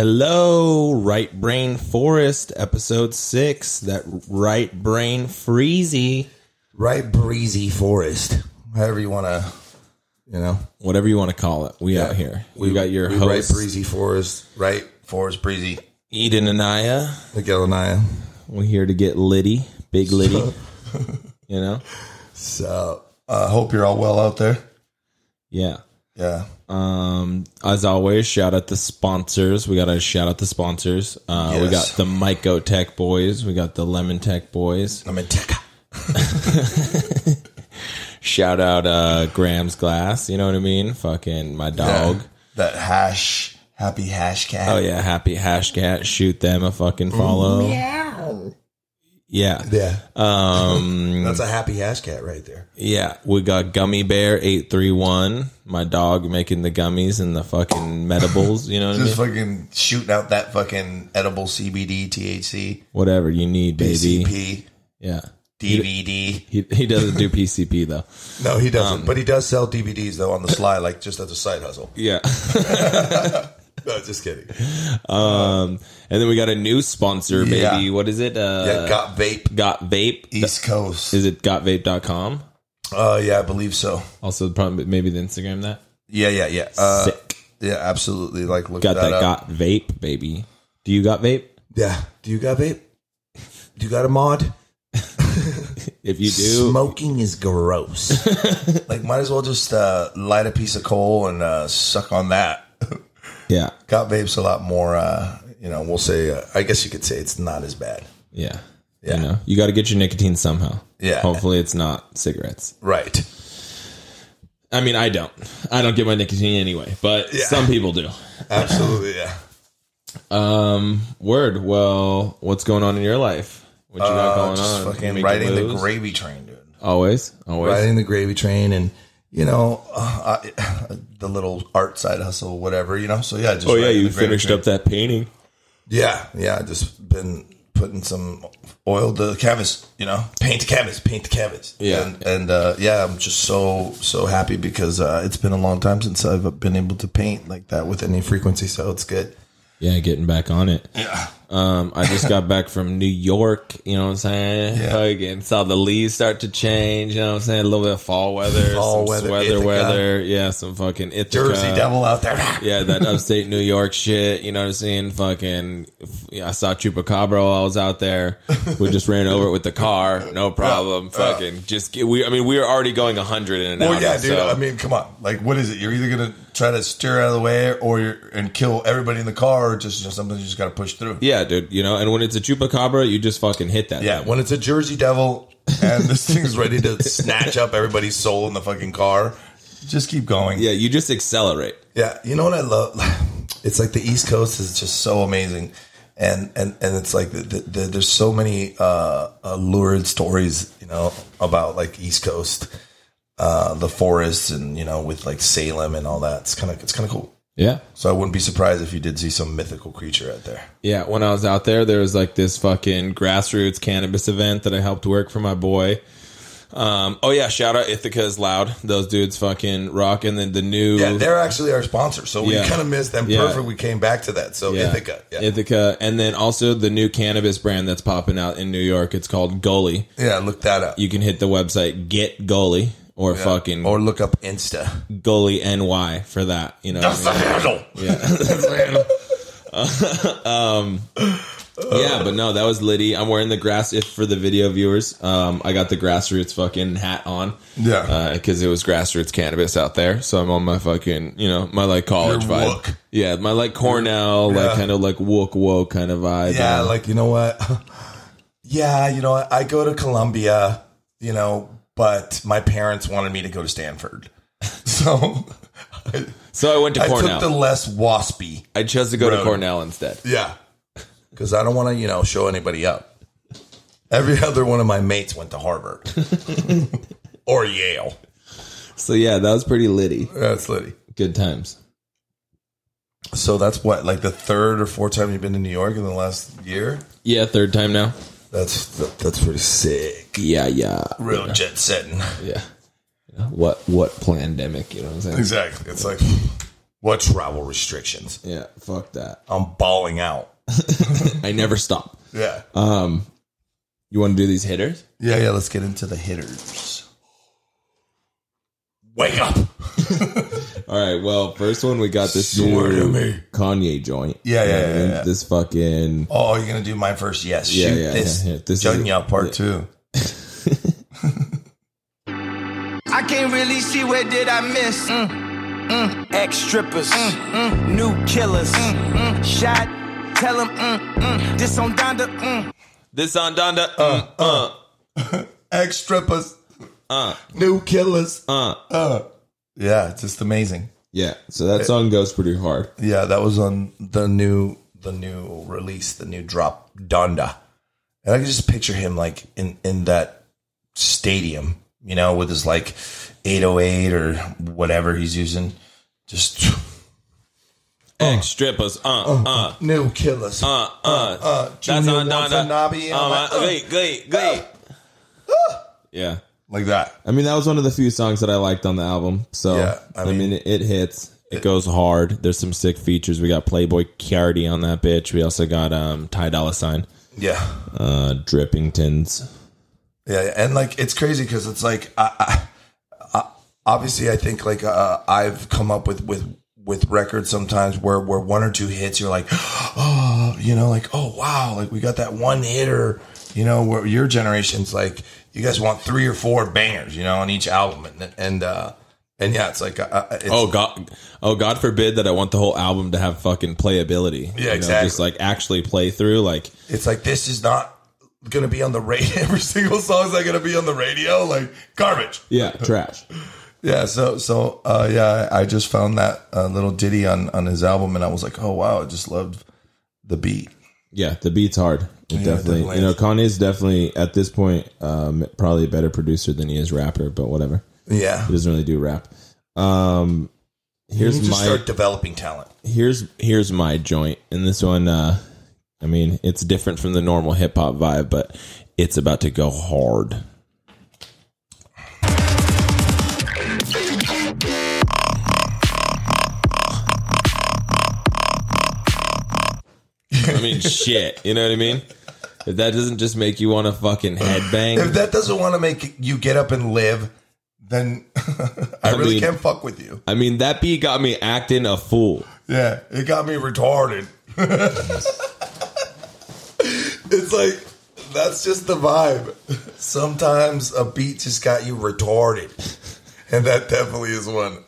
Hello, Right Brain Forest, episode six, that right brain freezy, right breezy forest, however you want to, you know. whatever you want to call it. We out here. We, got your we right host, breezy forest, right forest breezy, Eden Anaya. Miguelanaya. We're here to get Liddy, Big Liddy. you know? So I uh, hope you're all well out there. Yeah. Yeah, Um, as always, shout out the sponsors. We got to shout out the sponsors. Uh, We got Yes. the Myco Tech Boys. We got the Lemon Tech Boys. I'm in tech. Shout out uh, Graham's Glass. You know what I mean? Fucking my dog. That hash, happy hash cat. Oh yeah, happy hash cat. Shoot them a fucking follow. Yeah. yeah. Um That's a happy hash cat right there. yeah, we got Gummy Bear 831, my dog making the gummies and the fucking medibles, you know what I mean? Just fucking shooting out that fucking edible CBD, THC, Whatever you need, baby. PCP, Yeah. DVD. He he doesn't do PCP though. No, he Um, doesn't. but he does sell DVDs though on the sly, like just as a side hustle. Yeah. No, just kidding. Um and then we got a new sponsor, baby. Yeah. What is it? Uh Yeah, got vape. Got Vape. East Coast. Is it gotvape.com? Uh, yeah, I believe so. Also probably maybe the Instagram that. Yeah, yeah, yeah. Uh, Sick. yeah, absolutely. Like, look Got that, that, up. got vape, baby. Do you got vape? yeah. Do you got vape? Do you got a mod? If you do, Smoking is gross. like, might as well just uh, light a piece of coal and uh, suck on that. yeah, got vape's a lot more. Uh, you know, we'll say. Uh, I guess you could say it's not as bad. yeah, Yeah. You know, you got to get your nicotine somehow. Yeah. Hopefully, it's not cigarettes. Right. I mean, I don't. I don't get my nicotine anyway, but some people do. Absolutely. Yeah. Um, word. Well, what's going on in your life? What you got going Uh, Just on? fucking Making riding the moves? gravy train, dude. Always, always. riding the gravy train and you know uh, I, the little art side hustle whatever you know so yeah just Oh yeah, you finished up that painting. yeah yeah I just been putting some oil to the canvas you know paint the canvas paint the canvas Yeah. and, and uh, yeah i'm just so so happy because uh, it's been a long time since i've been able to paint like that with any frequency so it's good Yeah, getting back on it. yeah Um, I just got back from New York, you know what I'm saying? Yeah. Again, saw the leaves start to change, you know what I'm saying? A little bit of fall weather, Fall some weather, weather, Ithaca. weather, yeah, some fucking Ithaca. jersey devil out there Yeah, that upstate New York shit, you know what I'm saying? Fucking, yeah, I saw Chupacabra while I was out there. We just ran over it with the car, no problem. Fucking, just, get, we, I mean, we were already going 100 in an hour. Well, yeah, dude. so- I mean, come on. Like, what is it? You're either gonna try to steer out of the way, or you're and kill everybody in the car, or just you know, something you just gotta push through. yeah, dude, you know, and when it's a Chupacabra, you just fucking hit that. Yeah, thing. When it's a Jersey Devil and this thing's ready to snatch up everybody's soul in the fucking car, just keep going. Yeah, you just accelerate. Yeah, you know what I love? It's like the East Coast is just so amazing, and and and it's like the, the, the, there's so many uh, uh, lurid stories, you know, about like East Coast, uh, the forests, and you know, with like Salem and all that. It's kind of it's kind of cool. Yeah. So I wouldn't be surprised if you did see some mythical creature out there. Yeah, when I was out there, there was like this fucking grassroots cannabis event that I helped work for my boy. Um, oh yeah, shout out Ithaca is loud. Those dudes fucking rock, and then the new Yeah, they're actually our sponsor, so we Yeah. kind of missed them. Yeah. Perfect, we came back to that. So Yeah. Ithaca, yeah, Ithaca, and then also the new cannabis brand that's popping out in New York. It's called Gully. yeah, look that up, You can hit the website Get Gully or fucking or look up Insta. Gully NY for that. You know, what I mean? handle. Uh, Um, yeah, but no, that was Liddy. I'm wearing the grass. If for the video viewers, um, I got the grassroots fucking hat on. Yeah. because it was grassroots cannabis out there. So I'm on my fucking, you know, my like college Your vibe. wook. Yeah, my like Cornell, like Yeah. kind of like wook woke kind of vibe. Yeah, you know? like you know what? yeah, you know what? I go to Columbia, you know, but my parents wanted me to go to Stanford, so I, so I went to I Cornell. took the less waspy. I chose to go to road. Cornell instead. Yeah. Because I don't want to, you know, show anybody up. Every other one of my mates went to Harvard or Yale. So yeah, that was pretty Liddy. That's litty. Good times. So that's what, like the third or fourth time you've been to New York in the last year? Yeah, third time now. That's that, that's pretty sick. Yeah, yeah, Real jet setting. yeah. What what pandemic? You know what I'm saying? Exactly. It's like, What travel restrictions? Yeah, fuck that. I'm bawling out. Uh, I never stop. Yeah. Um, you want to do these hitters? Yeah, yeah. Let's get into the hitters. Wake up. All right. Well, first one we got this Swear to new me. Kanye joint. Yeah, yeah, yeah, And yeah. This fucking Oh, you're gonna do my first yes. Yeah, Shoot yeah, this. yeah, yeah. This is- Junya part two. I can't really see where did I miss. Mm, mm. Ex strippers, mm, mm. new killers. Mm, mm. Shot, tell 'em, mm, mm. this on Donda. Mm. this on Donda. uh. Uh. Ex strippers. Uh. New killers. Uh. Yeah, it's just amazing. Yeah. So that song goes pretty hard. Yeah, that was on the new the new release, the new drop, Donda. And I can just picture him like in in that stadium, you know, with his like 808 or whatever he's using. Just Ex strippers. Uh, uh, new killers. uh, uh. That's Junior on wants a Donda. knobby, and I'm Um, like, uh, uh, great, great, great. Yeah. like that. I mean, that was one of the few songs that I liked on the album. So, Yeah, I I mean, mean- it, it hits. It goes hard. There's some sick features. We got Playboy Cardi on that bitch. We also got um, Ty Dolla Sign, Yeah. uh, Drippingtons. Yeah, yeah. and like it's crazy because it's like I, I, I, obviously I think like uh, I've come up with with with records sometimes where where one or two hits you're like oh you know like oh wow like we got that one hitter you know where your generation's like you guys want three or four bangers you know on each album and and uh and yeah it's like uh, uh, it's, Oh God! Oh God forbid that I want the whole album to have fucking playability. You know, exactly. Just like actually play through. Like it's like this is not gonna be on the radio every single song's not gonna be on the radio like garbage yeah, trash. Yeah, so so uh, yeah, I I just found that uh, little ditty on on his album, and I was like, oh wow, I just loved the beat. Yeah, the beat's hard. It it definitely, definitely you know, is. Kanye's definitely at this point um, probably a better producer than he is rapper. But whatever, Yeah, he doesn't really do rap. Um, here's you just my start developing talent. here's here's my joint and this one uh i mean it's different from the normal hip-hop vibe but it's about to go hard i mean shit you know what i mean if that doesn't just make you want to fucking If headbang that doesn't want to make you get up and live, then I, really mean- can't fuck with you. i mean that beat got me acting a fool Yeah, it got me retarded. it's like that's just the vibe. Sometimes a beat just got you retarded, and that definitely is one.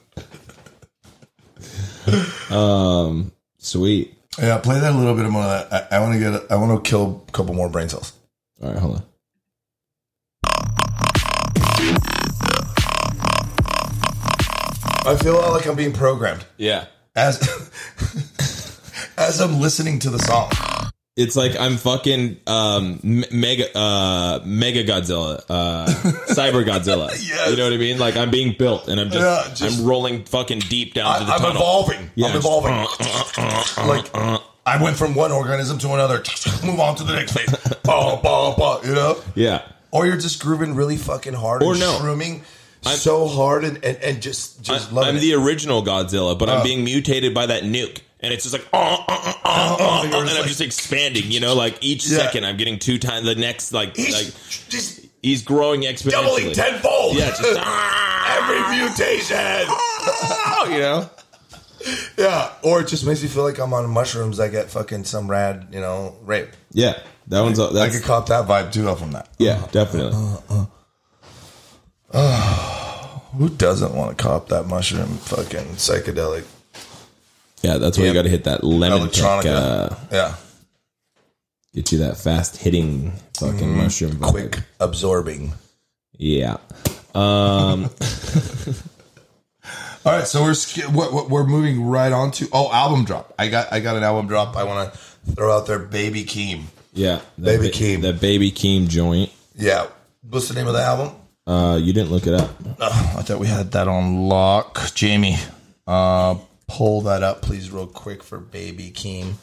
sweet Yeah, play that a little bit more. Of that. I, I want to get. I want to kill a couple more brain cells. all right hold on I feel like I'm being programmed yeah as as I'm listening to the song. It's like I'm fucking um, me- mega uh, mega Godzilla, uh, cyber Godzilla. Yes. You know what I mean? Like I'm being built, and I'm just, Yeah, just- I'm rolling fucking deep down I, to I'm the tunnel. evolving. Yeah, I'm just- evolving. like I went from one organism to another. Move on to the next phase. bah, bah, bah, you know. Yeah, Or you're just grooving really fucking hard Or and no. shrooming so hard and, and, and just just I'm loving it. the original Godzilla, but I'm Oh. being mutated by that nuke, and it's just like, uh, uh, uh, uh, uh, oh, and you're just I'm like- just expanding. You know, like each Yeah. second I'm getting two times the next. Like He's like just he's growing exponentially. doubling tenfold. Yeah, just ah, every mutation. you know. Yeah, or it just makes me feel like I'm on mushrooms. I get fucking some rad, you know, rape. Yeah, that one's that's I could cop that vibe too off from that. yeah, definitely. Uh, Who doesn't want to cop that mushroom fucking psychedelic Yeah, that's why you Yeah. got to hit that lemon tech. Uh, electronica? yeah, get you that fast hitting fucking mushroom vibe. Mm-hmm. quick absorbing. Yeah. Um, All right, so we're sk- what, what, we're moving right on to oh album drop. I got I got an album drop. I want to throw out there, Baby Keem. yeah. The Baby Keem. The baby Keem joint. Yeah, what's the name of the album? Uh, you didn't look it up. Oh, I thought we had that on lock, Jamie. Uh, pull that up, please, real quick for Baby Keem.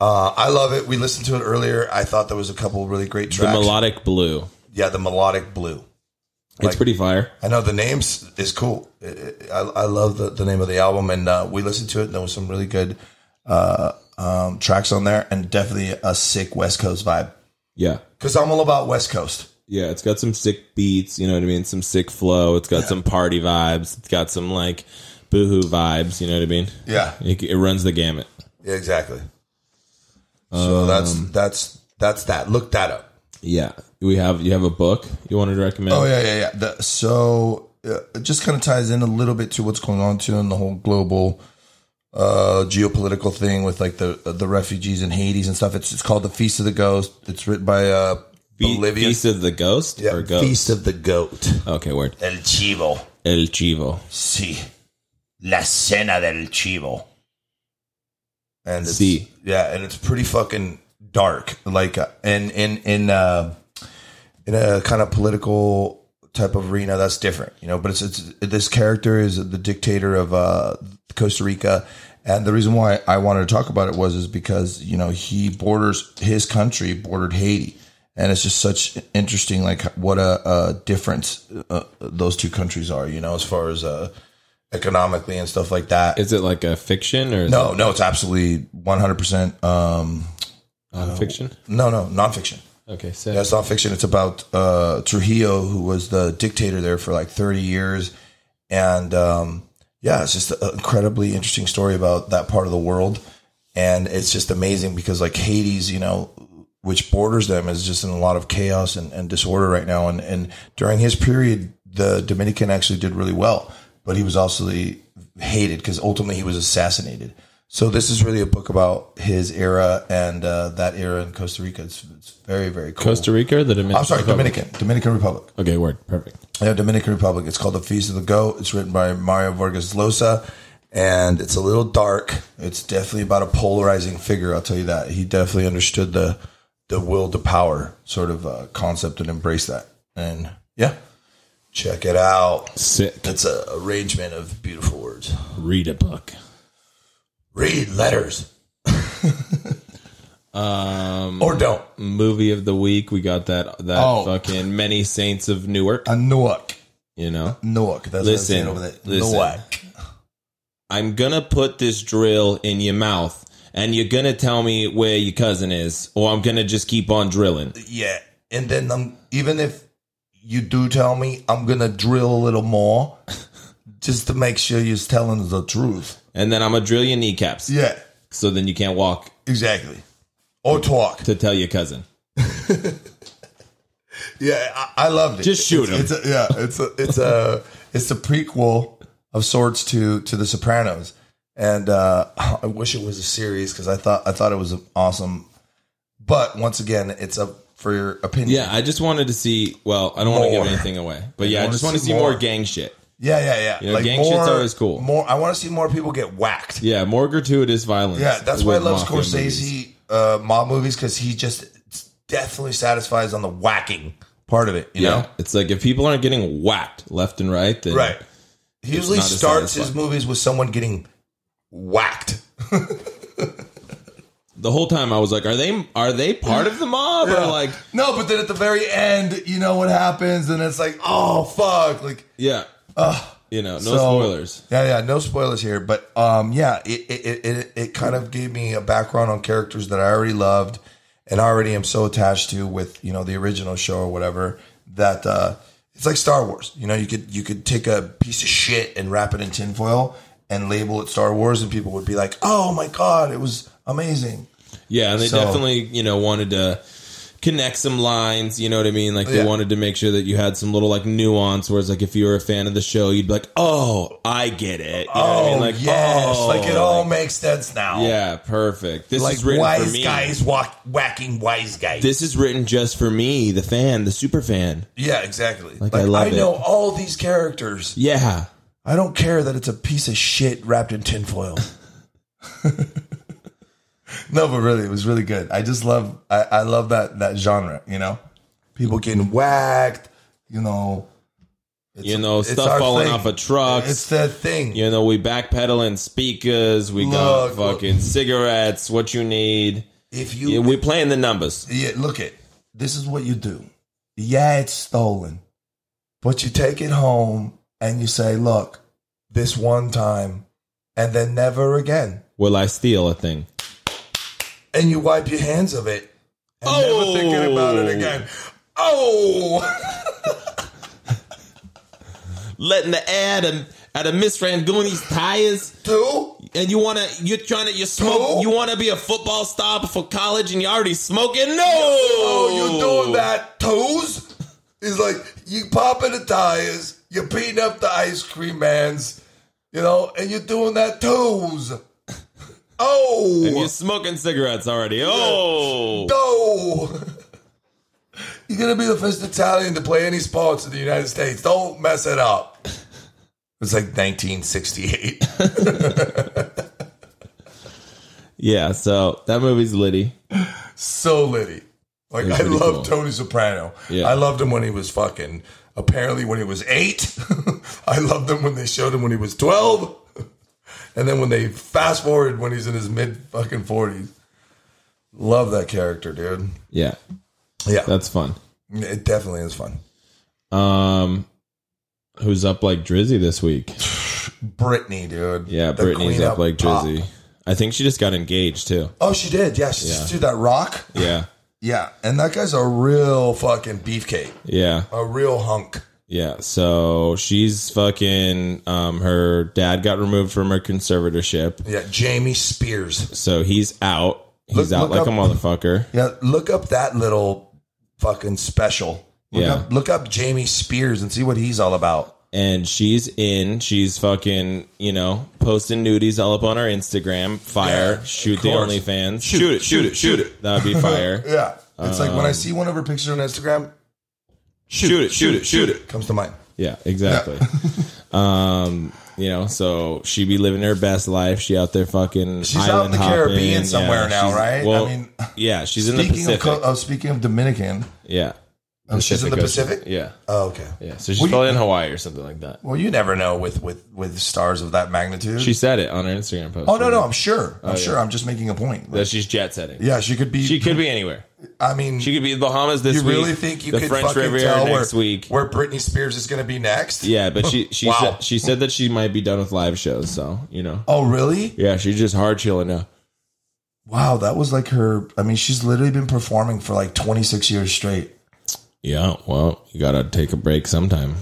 Uh, I love it. We listened to it earlier. I thought there was a couple really great The tracks. melodic blue. yeah, the melodic blue. it's pretty fire. I know the names is cool. I, I I love the, the name of the album, and uh, we listened to it. And there was some really good uh, um, tracks on there, and definitely a sick West Coast vibe. Yeah. Because I'm all about West Coast. Yeah, it's got some sick beats, you know what I mean? Some sick flow. It's got some party vibes. It's got some like boohoo vibes, you know what I mean? Yeah, It, it runs the gamut. yeah exactly. So that's that's that's that. Look that up. Yeah. We have you have a book you wanted to recommend? Oh yeah, yeah, yeah. The, so uh, it just kind of ties in a little bit to what's going on too in the whole global uh, geopolitical thing with like the uh, the refugees in Hades and stuff. It's it's called the Feast of the Ghost. It's written by uh, Fe- Bolivian Feast of the Ghost Yeah, or Ghost? Feast of the Goat. okay, word. El Chivo. El Chivo. Sí. La cena del chivo. And it's, Sí. yeah, and it's pretty fucking dark. Like, uh, and in in uh, in a kind of political type of arena, that's different, you know. But it's it's this character is the dictator of uh, Costa Rica, and the reason why I wanted to talk about it was is because you know he borders his country bordered Haiti. And it's just such interesting, like what a, a difference uh, those two countries are, you know, as far as uh, economically and stuff like that. Is it like a fiction or is No, no, it's absolutely 100%. Um, it non-fiction? no, no, nonfiction. Okay, so That's nonfiction. It's about uh, Trujillo, who was the dictator there for like 30 years. And um, yeah, it's just an incredibly interesting story about that part of the world. And it's just amazing because like Hades, you know, which borders them is just in a lot of chaos and, and disorder right now. And, and during his period, the Dominican actually did really well, but he was also the- hated because ultimately he was assassinated. So this is really a book about his era and uh, that era in Costa Rica. It's, it's very, very cool. Costa Rica or the Dominican? I'm sorry, Dominican, Dominican Republic. Okay, word. Perfect. Yeah, Dominican Republic. It's called The Feast of the Goat. It's written by Mario Vargas Llosa, and it's a little dark. It's definitely about a polarizing figure. I'll tell you that. He definitely understood the the will to power sort of uh, concept and embraced that. And yeah, check it out. Sick. It's a arrangement of beautiful words. Read a book. Read letters. um, or don't. Movie of the week. We got that that Oh. fucking Many Saints of Newark, A Newark. you know. Newark. That's what I'm Listen, saying over there. listen. Newark. I'm gonna put this drill in your mouth and you're gonna tell me where your cousin is, or I'm gonna just keep on drilling. Yeah, and then I'm even if you do tell me, I'm gonna drill a little more just to make sure you're telling the truth. And then I'm gonna drill your kneecaps. Yeah, So then you can't walk exactly. Or talk. to tell your cousin. Yeah, I, I loved it. Just shoot It's, it's a, yeah, it's a it's a it's a prequel of sorts to to The Sopranos, and uh, I wish it was a series because I thought I thought it was awesome. But once again, it's up for your opinion. Yeah, I just wanted to see well, I don't want to give More. anything away. But yeah, I wanna just want to see see more. more. gang shit. yeah, yeah, yeah. know, gang shit's always cool. More, I want to see more people get whacked. Yeah, more gratuitous violence. Yeah, that's why I with love mafia movies. Scorsese uh, mob movies because he just definitely satisfies on the whacking part of it. You Yeah. know, It's like if people aren't getting whacked left and right, then right? He usually not as starts his satisfying. movies movies with someone getting whacked. the whole time I was like, Are they are they part of the mob? Or like no, but then at the very end, you know what happens, and it's like, oh fuck, like Yeah. you know, no So- spoilers. Yeah, yeah, no spoilers here, but um, yeah, it it, it- it it kind of gave me a background on characters that I already loved and already am so attached to with you know the original show or whatever that uh, it's like Star Wars. You know, you could you could take a piece of shit and wrap it in tinfoil and label it Star Wars, and people would be like, "Oh my god, it was amazing." Yeah, and they So- definitely, you know, wanted to connect some lines, you know what I mean? Like they Yeah. wanted to make sure that you had some little like nuance where it's like if you were a fan of the show, you'd be like, Oh, I get it. You know what I Oh mean? oh, yes, like it all like, makes sense now. Yeah, perfect. This like is written wise for me. guys walk, whacking wise guys. This is written just for me, the fan, the super fan. yeah, exactly. Like, I love I it. know all these characters. Yeah. I don't care that it's a piece of shit wrapped in tinfoil. no, but really, it was really good. I just love, I, I love that that genre. You know, people Mm-hmm. getting whacked. You know, it's, You know, it's stuff our falling thing. off of trucks. It's the thing. you know, we backpedaling speakers, we got Look, look. fucking cigarettes, what you need. If Yeah, you, we playing the numbers. yeah, look it. This is what you do. Yeah, it's stolen, But you take it home and you say, look, this one time and then never again. Will I steal a thing? And you wipe your hands of it and never thinking about it again. Oh, Letting the ad and out of Miss Rangoonie's tires, two? and you wanna you're trying to you smoke Who? you wanna be a football star before college, and you're already smoking. No, Oh, you doing that toes? It's like you popping the tires, you beating up the ice cream man's, you know, and you're doing that toes. And you're Oh, smoking cigarettes already. Oh, no. You're gonna be the first Italian to play any sports in the United States. Don't mess it up. It's like 1968. yeah. So that movie's Liddy. so litty. Like That's I pretty love cool. Tony Soprano. Yeah. I loved him when he was fucking. Apparently, when he was eight, I loved him when they showed him when he was twelve, and then when they fast forward when he's in his mid fucking forties. Love that character, dude. Yeah, Yeah, that's fun. it definitely is fun. Um, who's up like Drizzy this week? Brittany, dude. Yeah, The Brittany's queen up of like pop. Drizzy. I think she just got engaged too. Oh, she did. Yeah, she just threw that rock. Yeah, Yeah, and that guy's a real fucking beefcake, yeah, a real hunk. yeah. So she's fucking. Um, her dad got removed from her conservatorship, Yeah, Jamie Spears. so he's out. He's Look- out like look a up- motherfucker. Yeah, look up that little fucking special. Look Yeah. Up, look up Jamie Spears and see what he's all about. and she's in. She's fucking, you know, posting nudies all up on her Instagram. Fire, Yeah, shoot of the course. OnlyFans. Shoot it, shoot it, shoot it. That'd be fire. Yeah. It's like when Um, I see one of her pictures on Instagram, Shoot it, shoot it, shoot it. comes to mind. yeah, exactly. um, you know, so she be living her best life. She out there fucking. She's out in island the hopping. Caribbean Yeah, somewhere now, she's- right? I Well, mean, yeah, she's in the Speaking of, Pacific. co- of speaking of Dominican, yeah, oh, she's in the Ocean. Pacific. Yeah, Oh, okay. yeah. So she's Well, you- probably in Hawaii or something like that. Well, you never know with with with stars of that magnitude. She said it on her Instagram post. oh no, no, I'm sure. I'm yeah. sure. I'm just making a point. that she's jet setting. yeah, she could be. She could be anywhere. I mean, She could be the Bahamas this you week. really think you the could French fucking Riviera tell next where, week? where Britney Spears is going to be next? Yeah, but she she Wow. said she said that she might be done with live shows. So you know, Oh, really? yeah, she's just hard chilling now. Wow, that was like her. I mean, she's literally been performing for like 26 years straight. Yeah, well, you gotta take a break sometime.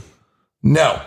No.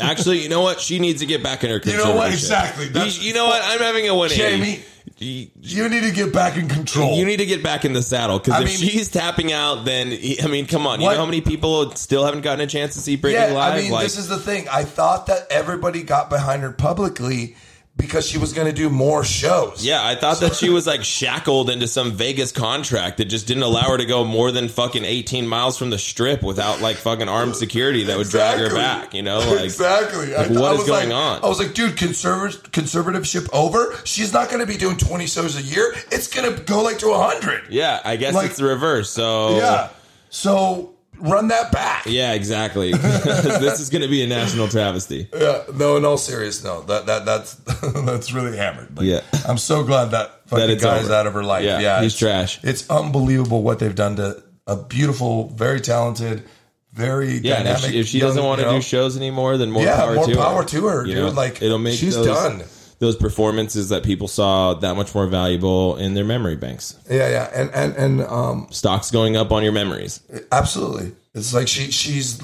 Actually, you know what? She needs to get back in her. You know what? conservatorship. Exactly. You, That's, you know what? I'm having a one Jamie, eighty. You you need to get back in control. you need to get back in the saddle because I if mean- she's tapping out, then I mean, come on. You What? know how many people still haven't gotten a chance to see Britney yeah, live? I mean, like, this is the thing. I thought that everybody got behind her publicly because she was going to do more shows. Yeah, I thought that she was like shackled into some Vegas contract that just didn't allow her to go more than fucking 18 miles from the strip without like fucking armed security that would drag her Exactly. back, you know? Like, exactly. I, like, what I is was going like- on? I was like, dude, conserv- conservativeship over. She's not going to be doing 20 shows a year. It's going to go like to 100. Yeah, I guess Like- it's the reverse. So, Yeah. So run that back. Yeah, exactly. this is going to be a national travesty. Yeah, no, in all serious, no. That that that's that's really hammered. Like, Yeah. I'm so glad that fucking it's guy's over. out of her life. Yeah, Yeah, he's it's- trash. It's unbelievable what they've done to a beautiful, very talented, very Yeah, and if dynamic. she, if she young, doesn't want to you know, do shows anymore, then more yeah, power more to power her. to her, You dude. know, like it'll make she's those, done. Those performances that people saw that much more valuable in their memory banks. Yeah, yeah, and and and um, Stocks going up on your memories. absolutely. It's like she she's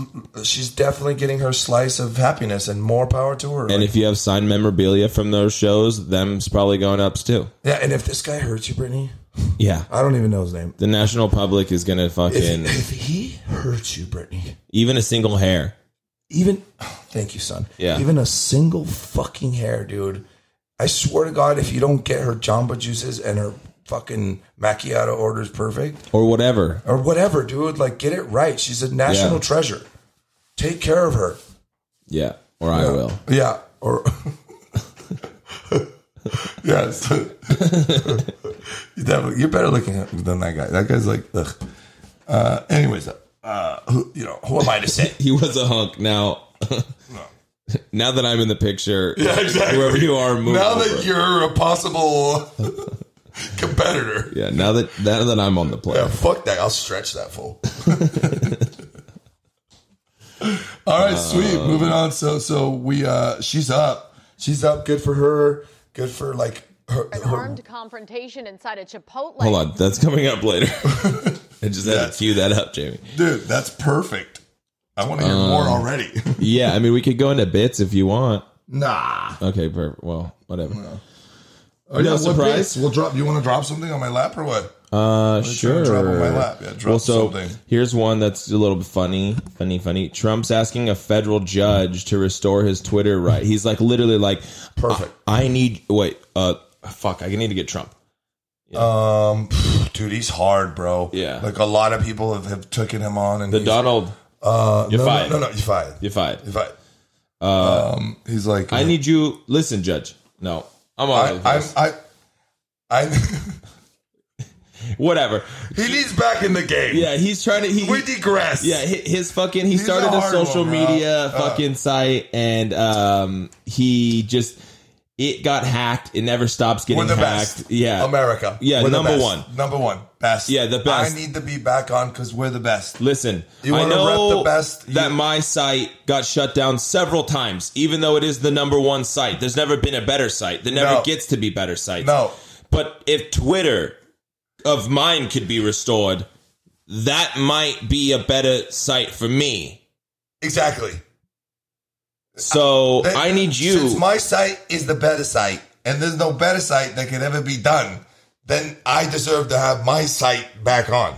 she's definitely getting her slice of happiness, and more power to her. And Like, if you have signed memorabilia from those shows, them's probably going up too. yeah, and if this guy hurts you, Brittany, Yeah. I don't even know his name. The national public is going to fucking, If he hurts you, Brittany, even a single hair. even thank you son Yeah. even a single fucking hair dude i swear to god if you don't get her jamba juices and her fucking macchiato orders perfect Or whatever. or whatever dude like get it right she's a national Yeah. treasure take care of her Yeah. Or I will. yeah or yes you definitely you're better looking than that guy that guy's like ugh. uh anyways uh who, you know who am i to say He was a hunk. Now, now that I'm in the picture, Yeah, exactly. whoever you are, move now over. that you're a possible competitor, yeah, now that now that I'm on the play, yeah, fuck that. I'll stretch that fool. All right, sweet. Moving on. So so we uh she's up. She's up. Good for her. Good for like her, An her armed confrontation inside a Chipotle. Hold on, that's coming up later. I just had to cue that up, Jamie. dude. That's perfect. I want to hear Um, more already. Yeah, I mean, we could go into bits if you want. nah. Okay, perfect. Well, whatever. Are No surprise. We'll drop. You want to drop something on my lap or what? Uh, trying sure. to drop on my lap. Yeah, drop well, so something. here's one that's a little bit funny, funny, funny. Trump's asking a federal judge to restore his Twitter right. He's like, literally, like, Perfect. I, I need. Wait, uh, fuck, I need to get Trump. Um, pff, dude, he's hard, bro. Yeah. like a lot of people have, have taken him on, and The he's- Donald, Uh, You're no, fired. No, no, no, you fired. you fired. You fired. um, he's like, I need you. Listen, Judge. No, I'm all I, over I, this. I, I Whatever. he needs back in the game. Yeah, he's trying to. He, we digress. yeah, hi- his fucking. He He's started a a hard social one, bro. media Uh. fucking site, and um, he just it got hacked. It never stops getting we're the hacked. best. Yeah, America. Yeah, We're the number best. one. Number one, best. Yeah, the best. I need to be back on because we're the best. Listen, You I wanna know rep the best, that you- my site got shut down several times, even though it is the number one site. There's never been a better site. There never No. gets to be better sites. No. But if Twitter of mine could be restored, that might be a better site for me. Exactly. So That- I need you. Since my site is the better site, and there's no better site that could ever be done, then I deserve to have my site back on.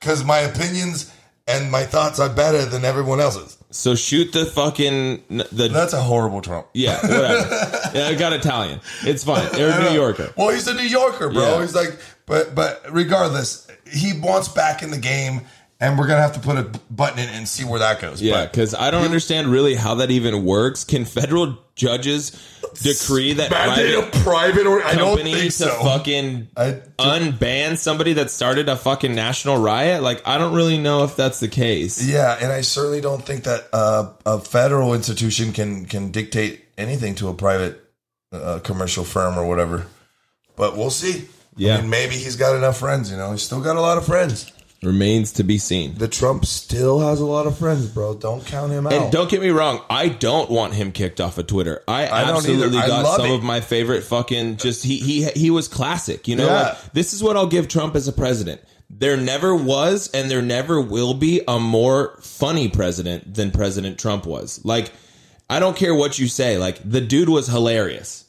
Because my opinions and my thoughts are better than everyone else's. so shoot the fucking the That's a horrible Trump. yeah whatever. yeah, I got Italian. It's fine. They're a New Yorker. Well, he's a New Yorker, bro. Yeah. He's like, but but regardless, he wants back in the game, and we're gonna have to put a button in it and see where that goes. Yeah, But because I don't understand really how that even works. Can federal judges decree that mandate private a private or I don't company to think so. fucking I- unban somebody that started a fucking national riot? Like, I don't really know if that's the case. Yeah, and I certainly don't think that uh, a federal institution can can dictate anything to a private uh, commercial firm or whatever. But we'll see. Yeah. I mean, maybe he's got enough friends. You know, he's still got a lot of friends. Remains to be seen. The Trump still has a lot of friends, bro. Don't count him out. And don't get me wrong, I don't want him kicked off of Twitter. I, I don't absolutely either. I got love some it. of my favorite fucking just he he he was classic, you know? Yeah. Like, this is what I'll give Trump as a president. There never was and there never will be a more funny president than President Trump was. Like I don't care what you say, like the dude was hilarious.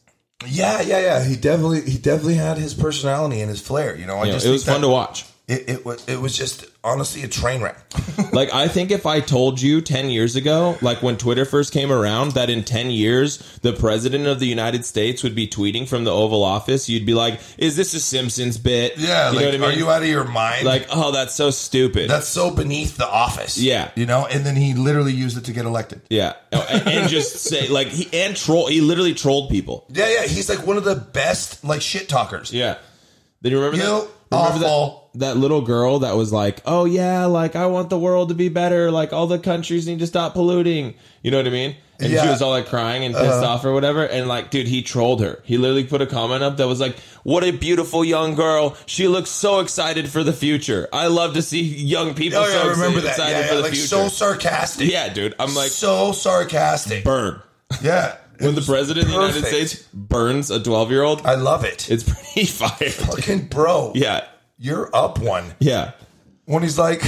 yeah, yeah, yeah. He definitely he definitely had his personality and his flair. You know, I You know, just it was fun to watch. watch. It, it was it was just honestly a train wreck. Like I think if I told you 10 years ago, like when Twitter first came around that in 10 years the president of the United States would be tweeting from the Oval Office, you'd be like, "Is this a Simpsons bit?" Yeah, you like, know what I are mean? you out of your mind? like, "Oh, that's so stupid." that's so beneath the office. Yeah. you know. And then he literally used it to get elected. yeah. Oh, And, and just say like he and troll he literally trolled people. Yeah, yeah, he's like one of the best like shit talkers. Yeah. Then you remember You that? Remember that- awful. that little girl that was like, "Oh yeah, like I want the world to be better. Like all the countries need to stop polluting." You know what I mean? And she Yeah. Uh-huh. was all like crying and pissed off or whatever. And like, dude, he trolled her. He literally put a comment up that was like, "What a beautiful young girl. She looks so excited for the future. I love to see young people Oh so yeah, I remember that. excited Yeah, yeah, for the like future." so sarcastic. yeah, dude. I'm like, so sarcastic. burn. Yeah, When the president of the United perfect. States burns a 12 year old, I love it. it's pretty fire. Fucking bro, Yeah, you're up one. yeah. When he's like,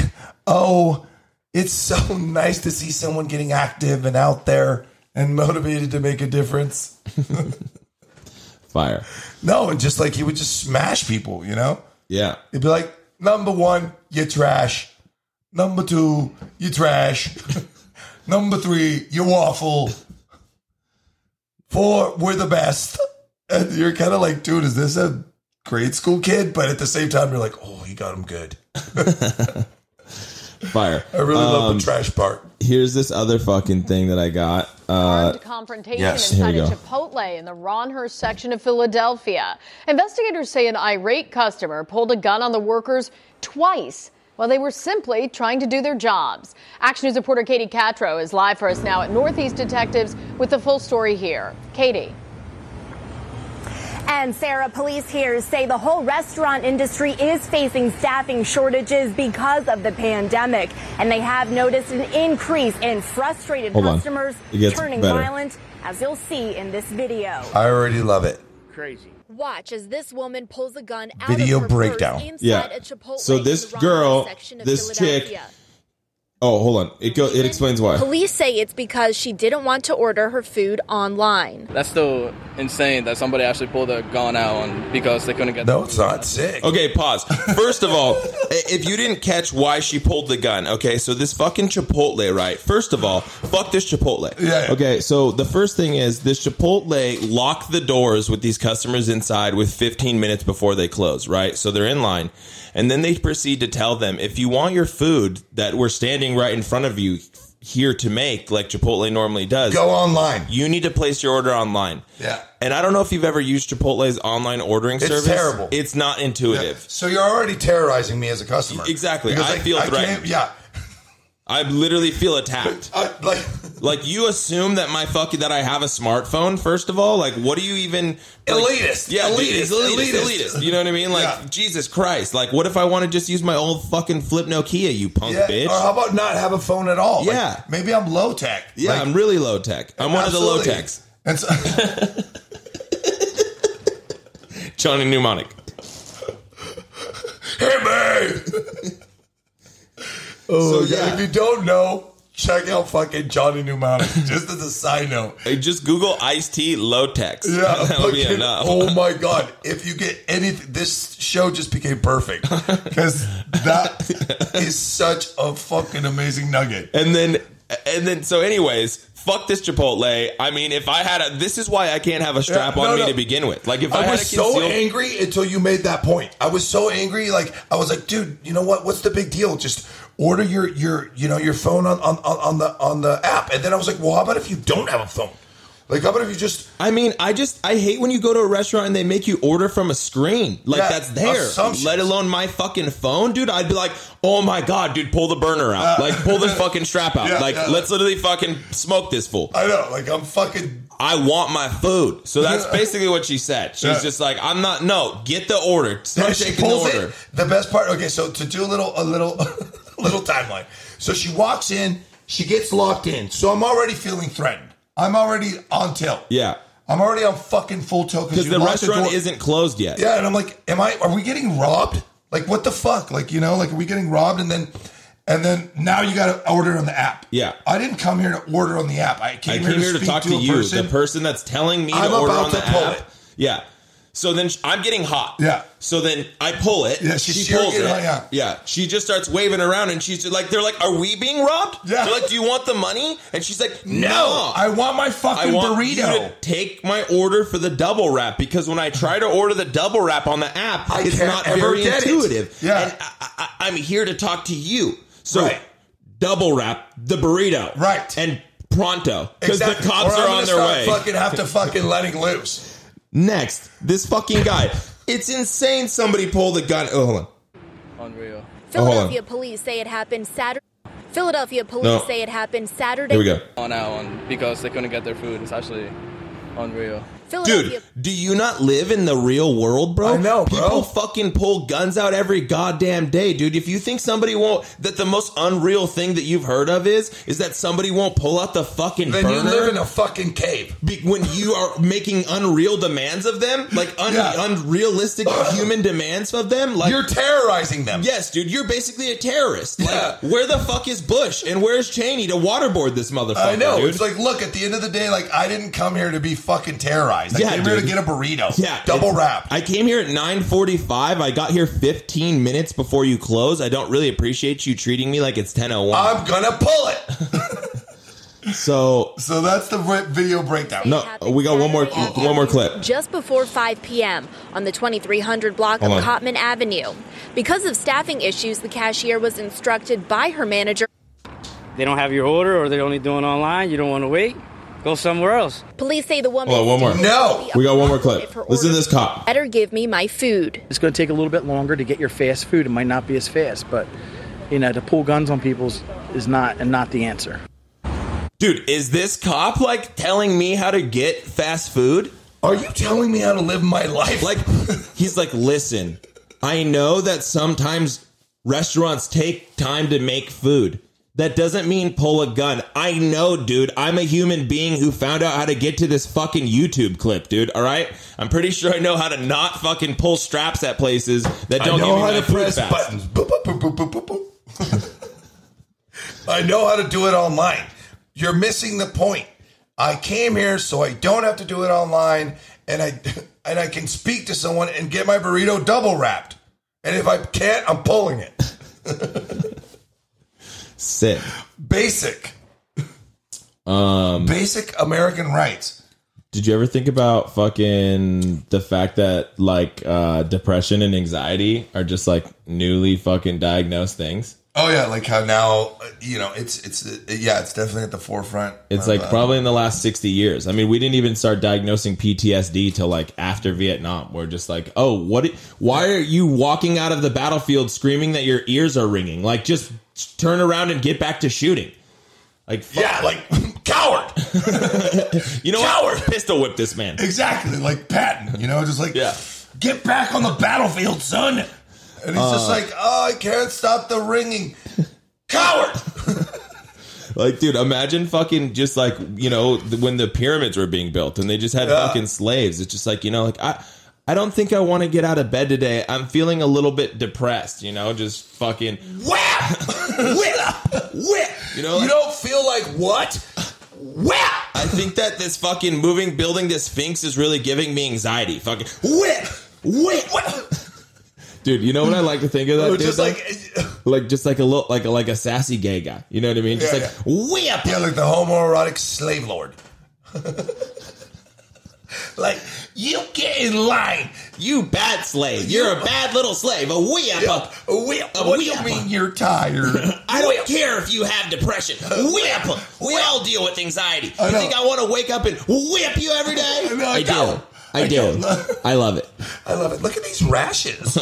"Oh, it's so nice to see someone getting active and out there and motivated to make a difference." Fire. No, and just like he would just smash people, you know? Yeah. He'd be like, number one, you trash. Number two, you trash. number three, you're awful. Four, we're the best. And you're kind of like, dude, is this a grade school kid? But at the same time, you're like, oh, he got him good. Fire. I really love Um, the trash part. here's this other fucking thing that I got. Uh, armed confrontation yes, here inside we a go. Chipotle in the Ronhurst section of Philadelphia. Investigators say an irate customer pulled a gun on the workers twice while they were simply trying to do their jobs. Action News reporter Katie Catro is live for us now at Northeast Detectives with the full story here. Katie. And Sarah, police here say the whole restaurant industry is facing staffing shortages because of the pandemic. And they have noticed an increase in frustrated Hold on. customers It gets turning better. violent, as you'll see in this video. I already love it. Watch as this woman pulls a gun out Video of her breakdown. purse inside Yeah. a Chipotle So in the this Rondo girl- section of this chick- Philadelphia. Oh, hold on. It go. It explains why. Police say it's because she didn't want to order her food Oh, online. That's still insane that somebody actually pulled a gun out on because they couldn't get. No, it's not sick. Okay, pause. First of all, i- if you didn't catch why she pulled the gun, okay, so this fucking Chipotle, right? First of all, fuck this Chipotle. Yeah. Okay, so the first thing is this Chipotle locked the doors with these customers inside with 15 minutes before they close, right? So they're in line. And then they proceed to tell them if you want your food that we're standing right in front of you here to make, like Chipotle normally does, Go online. you need to place your order online. Yeah. And I don't know if you've ever used Chipotle's online ordering service. terrible. It's not Yeah. intuitive. So you're already terrorizing me as a customer. Exactly. I feel can't- threatened. Yeah. I literally feel attacked. I, like Like you assume that my fucking that I have a smartphone. First of all, like what do you even like- Elitist. Yeah, Elitist. elitist, elitist, Elitist. elitist, You know what I mean? Like Yeah. Jesus Christ. Like what if I want to just use my old fucking flip Nokia? You punk yeah. bitch. Or how about not have a phone at all? Like, Yeah. maybe I'm low tech. yeah, Like, I'm really low tech. I'm one of the absolutely. low techs. And so, Johnny Mnemonic. hey man. Oh, so yeah, yeah. if you don't know, check out fucking Johnny Mnemonic. just as a side note. Hey, Just Google Ice T low techs. Yeah, that'll be fucking- enough. Oh my god! If you get any, this show just became perfect because that is such a fucking amazing nugget. And then, and then, so, anyways, fuck this Chipotle. I mean, if I had a, this is why I can't have a strap Yeah, no, on me no. to begin with. Like, if I, I had was a so concealed, angry until you made that point. I was so angry, like I was like, dude, you know what? What's the big deal? Just order your your you know your phone on on, on- on the on the app. And then I was like, well, how about if you don't have a phone? Like, how about if you just I mean, I just, I hate when you go to a restaurant and they make you order from a screen. Like, Yeah, that's there. assumptions. Let alone my fucking phone, dude. I'd be like, oh my God, dude, pull the burner out. Uh, like, pull this fucking strap out. Yeah, like, yeah. let's literally fucking smoke this fool. I know, like I'm fucking I want my food. So that's Yeah. basically what she said. She's Yeah. just like, I'm not, no, get the order. Start And she taking the pulls order. It. The best part. Okay, so to do a little, a little, a little timeline. So she walks in. She gets locked in. So I'm already feeling threatened. I'm already on tilt. Yeah. I'm already on fucking full tilt Because you the locked restaurant door. isn't closed yet. Yeah, and I'm like, am I? Are we getting robbed? Like, what the fuck? Like, you know, like, are we getting robbed? And then, and then now you got to order on the app. Yeah. I didn't come here to order on the app. I came, I came here to speak talk to a you, person. the person that's telling me I'm to order about on to the pull app. it. Yeah. So then sh- I'm getting hot. Yeah. So then I pull it. Yeah, she's she sure pulls it. getting hot, yeah. yeah. She just starts waving around, and she's like, "They're like, are we being robbed? Yeah. They're like, do you want the money? And she's like, No, no, I want my I fucking want burrito. you to take my order for the double wrap because when I try to order the double wrap on the app, I it's can't not ever very get it. intuitive. Yeah. And I, I, I'm here to talk to you. So Right. double wrap the burrito. Right. And pronto. Because Exactly. the cops Or I'm are gonna on their start way. Fucking have to fucking letting loose. Next, this fucking guy. It's insane somebody pulled a gun. Oh, hold on. Unreal. hold on. Philadelphia police say it happened Saturday. Philadelphia police No. say it happened Here Saturday. we go. Gun out on because they couldn't get their food. It's actually unreal. Philadelphia Dude, do you not live in the real world, bro? I know, bro. People fucking pull guns out every goddamn day, dude. If you think somebody won't, that the most unreal thing that you've heard of is, is that somebody won't pull out the fucking Then you burner live in a fucking cave. be- when you are making unreal demands of them, like un- Yeah. unrealistic human demands of them. Like, You're terrorizing them. yes, dude, you're basically a terrorist. Like, Yeah. where the fuck is Bush and where's Cheney to waterboard this motherfucker? I know. dude? It's like, look, at the end of the day, like, I didn't come here to be fucking terrorized. I Yeah, came here to dude. get a burrito. Yeah, Double it's- wrap. I came here at 9:45. I got here 15 minutes before you close. I don't really appreciate you treating me like it's 10:01. I'm gonna pull it. so So that's the vi- video breakdown. no, Uh, we got one more Saturday one more afternoon, clip. Just before 5 p.m. on the 2300 block Hold of on. Cotman Avenue. Because of staffing issues, the cashier was instructed by her manager. They don't have your order or they're only doing online. You don't want to wait. Go somewhere else. Police say the woman. Hold on, one more. No. We got one more If clip. her Listen to order- this cop. Better give me my food. It's going to take a little bit longer to get your fast food. It might not be as fast, but you know, to pull guns on people is- is not and not the answer. Dude, is this cop like telling me how to get fast food? Are you telling me how to live my life? Like, he's like, listen, I know that sometimes restaurants take time to make food. That doesn't mean pull a gun. I know, dude. I'm a human being who found out how to get to this fucking YouTube clip, dude. All right, I'm pretty sure I know how to not fucking pull straps at places that I don't give know me how my to food press fast. buttons. Boop, boop, boop, boop, boop, boop, boop. I know how to do it online. You're missing the point. I came here so I don't have to do it online, and I and I can speak to someone and get my burrito double wrapped. And if I can't, I'm pulling it. Sick. Basic, Um, basic American rights. Did you ever think about fucking the fact that like uh, depression and anxiety are just like newly fucking diagnosed things? Oh yeah, like how now uh, you know it's it's uh, yeah it's definitely at the forefront. It's of, like uh, probably in the last 60 years. I mean, we didn't even start diagnosing PTSD till like after Vietnam. We're just like, "Oh, what why are you walking out of the battlefield screaming that your ears are ringing? Like just turn around and get back to shooting." Like fuck. yeah, like coward. you know what? Pistol whip this man. Exactly, like Patton, you know, just like Yeah. get back on the battlefield, son. And he's Uh. just like, oh, I can't stop the ringing, coward. Like, dude, imagine fucking just like you know th- when the pyramids were being built and they just had Yeah. fucking slaves. It's just like you know, like I, I don't think I want to get out of bed today. I'm feeling a little bit depressed. You know, just fucking. Whap, whip, whip. You know, you like- don't feel like what? Whap, I think that this fucking moving building this sphinx is really giving me anxiety. Fucking, whip, whip, whip. dude, you know what I like to think of that? It Dude, was just like, like like just like a little like a, like a sassy gay guy. You know what I mean? Just Yeah, like whip. yeah, like the homoerotic slave lord. like you get in line. You bad slave. You're a bad little slave. A whip. Whip, whip. A Uh, What do you whip. mean you're tired? I don't care if you have depression. Whip. We all deal with anxiety. Uh, I you know. think I want to wake up and whip you every day? No, I I do. don't. I I do. don't. I love it. I love it. Look at these rashes.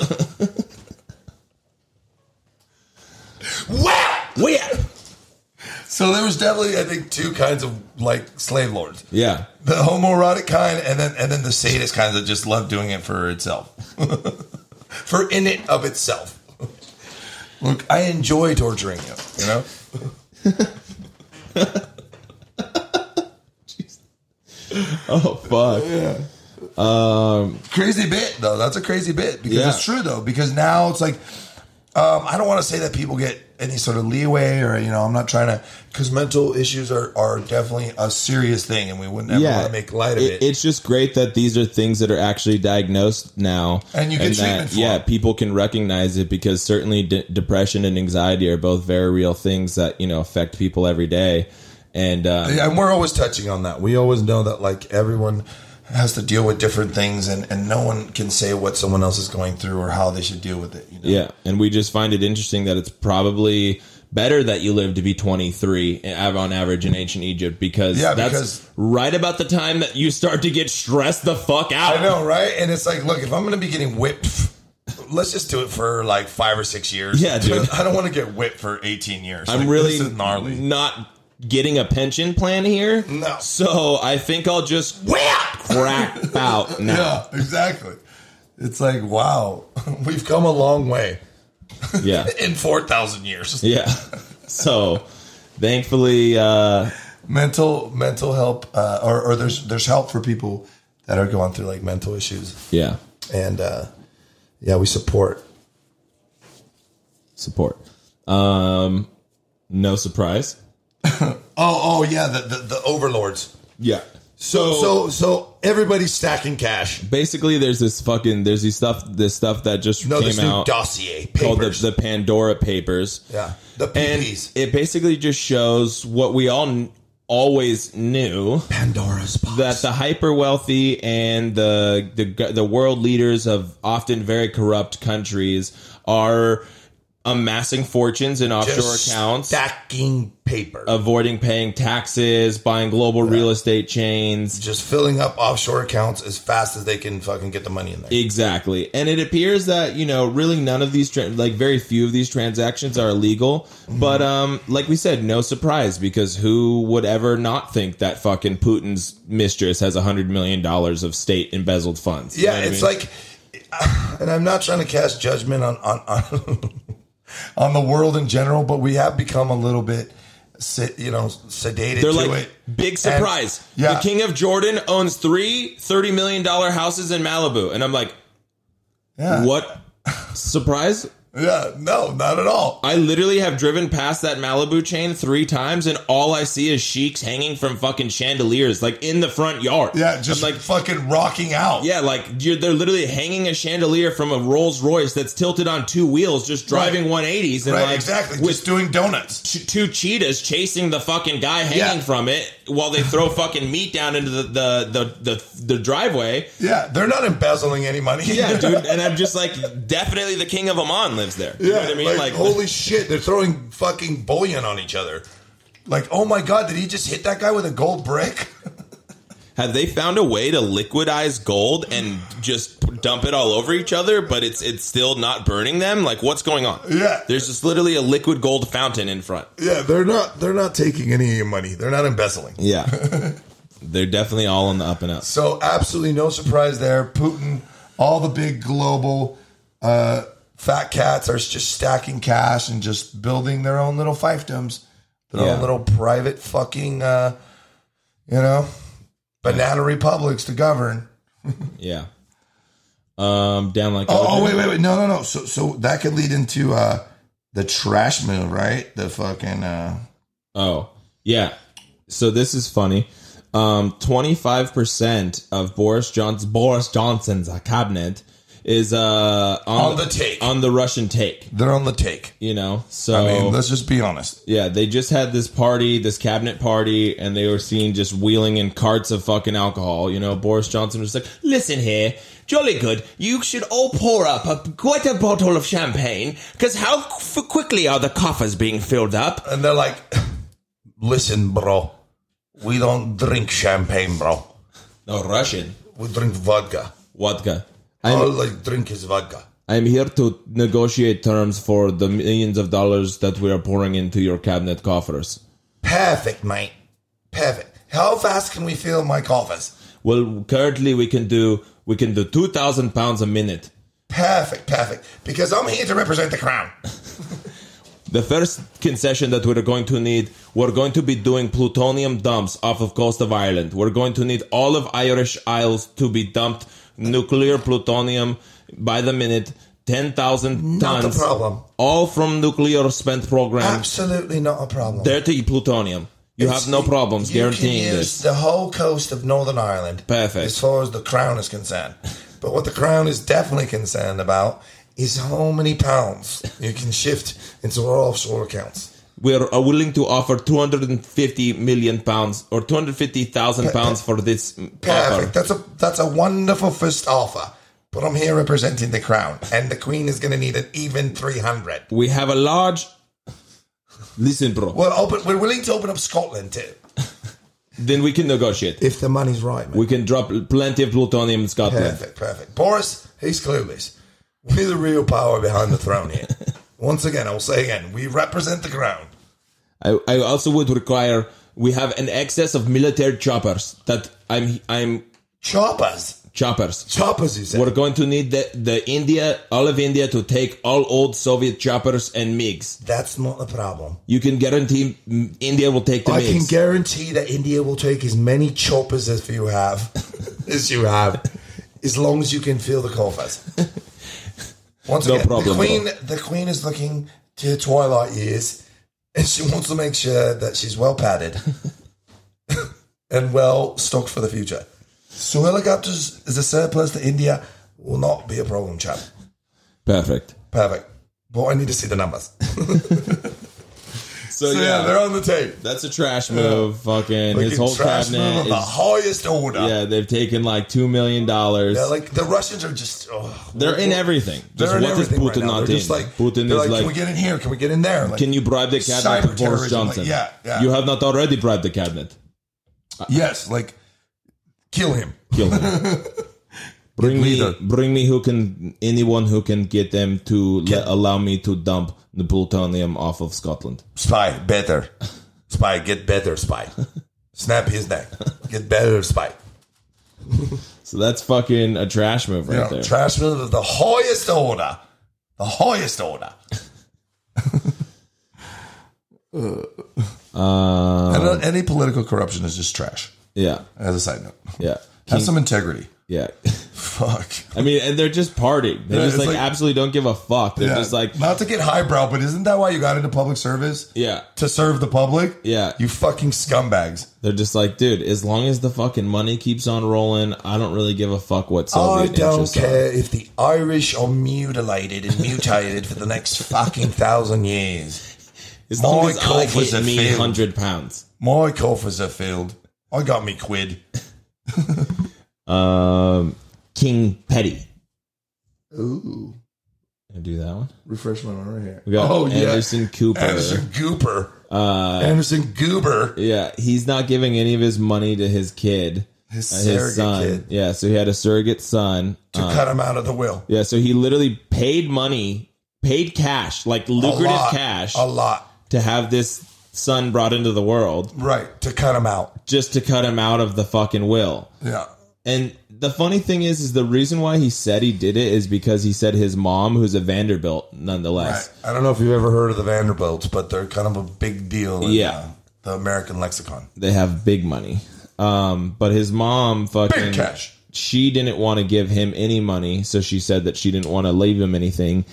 wow. Whip. So there was definitely, I think, two kinds of like slave lords: Yeah. the homoerotic kind, and then and then the sadist kind that just loved doing it for itself, for in it of itself. Look, I enjoy torturing you. You know, Oh fuck. crazy bit though. That's a crazy bit because Yeah. it's true though. Because now it's like, um, I don't want to say that people get any sort of leeway or you know, I'm not trying to because mental issues are are definitely a serious thing, and we wouldn't ever want to make light of it. It's just great that these are things that are actually diagnosed now, And you get that, treatment for Yeah, it. people can recognize it because certainly de- depression and anxiety are both very real things that you know affect people every day. And uh, Yeah, and we're always touching on that. We always know that like everyone has to deal with different things, and and no one can say what someone else is going through or how they should deal with it. You know? Yeah, and we just find it interesting that it's probably better that you live to be 23 av- on average in ancient Egypt because Yeah, that's because- right about the time that you start to get stressed the fuck out. I know, right? And it's like, look, if I'm going to be getting whipped, let's just do it for like five or six years. Yeah, dude. I don't want to get whipped for 18 years. I'm Like, really this is gnarly. not getting a pension plan here. No. So I think I'll just Whip! crap out now. Yeah, exactly. It's like, wow, we've come a long way Yeah. in 4,000 years. Yeah. So thankfully, uh, mental mental help uh, or, or there's there's help for people that are going through like mental issues yeah, and uh, yeah we support support. Um, no surprise. oh oh yeah the the, the overlords Yeah. So, so so everybody's stacking cash basically there's this fucking there's these stuff this stuff that just no this came new out dossier called the, papers the Pandora Papers. yeah the And PPs it basically just shows what we all kn- always knew Pandora's box that the hyper wealthy and the, the the world leaders of often very corrupt countries are amassing fortunes in offshore Just accounts, stacking paper, avoiding paying taxes, buying global real estate chains, just filling up offshore accounts as fast as they can fucking get the money in there. Exactly. And it appears that, you know, really none of these, tran like very few of these transactions are illegal. Mm-hmm. But, um, like we said, no surprise because who would ever not think that fucking Putin's mistress has a $100 million of state embezzled funds? You know Yeah, what I it's mean? like, and I'm not trying to cast judgment on on on, on the world in general, but we have become a little bit, se- you know, sedated. They're to like, it. big And- surprise. yeah, The king of Jordan owns three $30 million houses in Malibu. And I'm like, Yeah. what surprise? yeah, no, not at all. I literally have driven past that Malibu chain three times, and all I see is sheiks hanging from fucking chandeliers, like in the front yard. Yeah, just I'm like like. fucking rocking out. Yeah, like you're, they're literally hanging a chandelier from a Rolls Royce that's tilted on two wheels, just driving Right. 180s, and right, like exactly. with just doing donuts. ch- two cheetahs chasing the fucking guy hanging Yeah. from it while they throw fucking meat down into the the the, the, the driveway. Yeah, they're not embezzling any money. Yeah, dude, and I'm just like, definitely the king of Amman lives there. You Yeah, know what I mean? like, Like, holy shit, they're throwing fucking bullion on each other. Like, oh my god, did he just hit that guy with a gold brick? Have they found a way to liquidize gold and just p- dump it all over each other, but it's it's still not burning them? Like what's going on? Yeah. There's just literally a liquid gold fountain in front. Yeah, they're not. They're not taking any of your money. They're not embezzling. Yeah. They're definitely all on the up and up. So absolutely no surprise there. Putin, all the big global uh, fat cats are just stacking cash and just building their own little fiefdoms, their Yeah. own little private fucking, uh, you know, banana republics to govern. Yeah. Um down like Oh, oh, wait, wait, wait. No, no, no. So, so that could lead into uh, the trash move, right? The fucking. Uh, Oh, yeah. So this is funny. Um, 25% of Boris Johnson Boris Johnson's uh, cabinet is uh On the take. on the Russian take, they're on the take. you know. So I mean, let's just be honest. Yeah, they just had this party, this cabinet party, and they were seen just wheeling in carts of fucking alcohol. You know, Boris Johnson was like, listen here, jolly good, you should all pour up a, quite a bottle of champagne, because how qu- quickly are the coffers being filled up? And they're like, listen, bro, we don't drink champagne, bro. No, Russian. We drink vodka. Vodka. All I'm, like drink is vodka. I'm here to negotiate terms for the millions of dollars that we are pouring into your cabinet coffers. Perfect, mate. Perfect. How fast can we fill my coffers? Well, currently we can do we can do two thousand pounds a minute. Perfect, perfect. Because I'm here to represent the crown. The first concession that we're going to need, we're going to be doing plutonium dumps off of coast of Ireland. We're going to need all of Irish Isles to be dumped nuclear plutonium by the minute, 10,000 tons. Not the problem. All from nuclear spent programs, Absolutely not a problem. dirty plutonium. You It's- have no problems you guaranteeing can use this. The whole coast of Northern Ireland. Perfect. As far as the crown is concerned. But what the crown is definitely concerned about is how many pounds you can shift into our offshore accounts. We're uh, willing to offer 250 million pounds or 250,000 pounds for this offer. Perfect. That's a that's a wonderful first offer. But I'm here representing the crown, and the queen is going to need an even 300. We have a large. Listen, bro. Well, open. We're willing to open up Scotland too, Then we can negotiate. if the money's right. Man. We can drop plenty of plutonium in Scotland. Perfect, perfect. Boris, he's clueless. We're the real power behind the throne here. Once again, I will say again, we represent the crown. I, I also would require we have an excess of military choppers that I'm I'm Choppers, choppers. choppers. You said We're going to need the, the India all of India to take all old Soviet choppers and MiGs. that's not the problem. You can guarantee mm, India will take the I can MiGs. guarantee that India will take as many choppers as you have, as you have, as long as you can feel the coffers. Once No again, problem, the queen, the queen is looking to her twilight years, and she wants to make sure that she's well padded and well stocked for the future. So helicopters is a surplus to India will not be a problem, chap. Perfect. Perfect. But I need to see the numbers. So, So, yeah, they're on the tape. That's a trash move. Fucking his Fucking whole trash cabinet move of is the highest order. Yeah, they've taken like two million dollars. Yeah, like the Russians are just oh, They're in everything. They're Just in what is everything Putin right now. not in? They're just like Putin they're is like, like- can we get in here? Can we get in there? Like, Can you bribe the cabinet of Boris cyber-terrorism, like, Johnson? yeah, yeah. You have not already bribed the cabinet. Yes, like kill him. Kill him. bring me, leader. bring me who can anyone who can get them to le- allow me to dump the plutonium off of Scotland. Spy, better. Spy, get better, spy. Snap his neck. Get better, spy. So that's fucking a trash move right you know, there. trash move of the highest order. The highest order. Uh, And, uh, any political corruption is just trash. yeah, As a side note, yeah, have some integrity. yeah. Fuck. I mean, and they're just party. They Yeah, just it's like, like- absolutely don't give a fuck. They're Yeah. just like, not to get highbrow, but isn't that why you got into public service? yeah, To serve the public? yeah. You fucking scumbags. They're just like, dude, as long as the fucking money keeps on rolling, I don't really give a fuck what I Soviet don't interests are. care if the Irish are mutilated and mutated for the next fucking thousand years. As long My as I coffers hit are me filled. hundred pounds. My coffers are filled. I got me quid. Um, King Petty. Ooh. Can I do that one? Refresh my memory here. We got oh, yeah. Anderson Cooper. Anderson Gooper. Uh, Anderson Goober. yeah, he's not giving any of his money to his kid, His uh, surrogate son. kid. Yeah, so he had a surrogate son. To Uh, cut him out of the will. yeah, so he literally paid money, paid cash, like lucrative a lot, cash, A lot. to have this son brought into the world Right. To cut him out. just to cut him out of the fucking will. Yeah. And the funny thing is, is the reason why he said he did it is because he said his mom, who's a Vanderbilt, nonetheless. Right. I don't know if you've ever heard of the Vanderbilts, but they're kind of a big deal in Yeah. uh, the American lexicon. They have big money. Um, but his mom fucking Big cash. She didn't want to give him any money, so she said that she didn't want to leave him anything.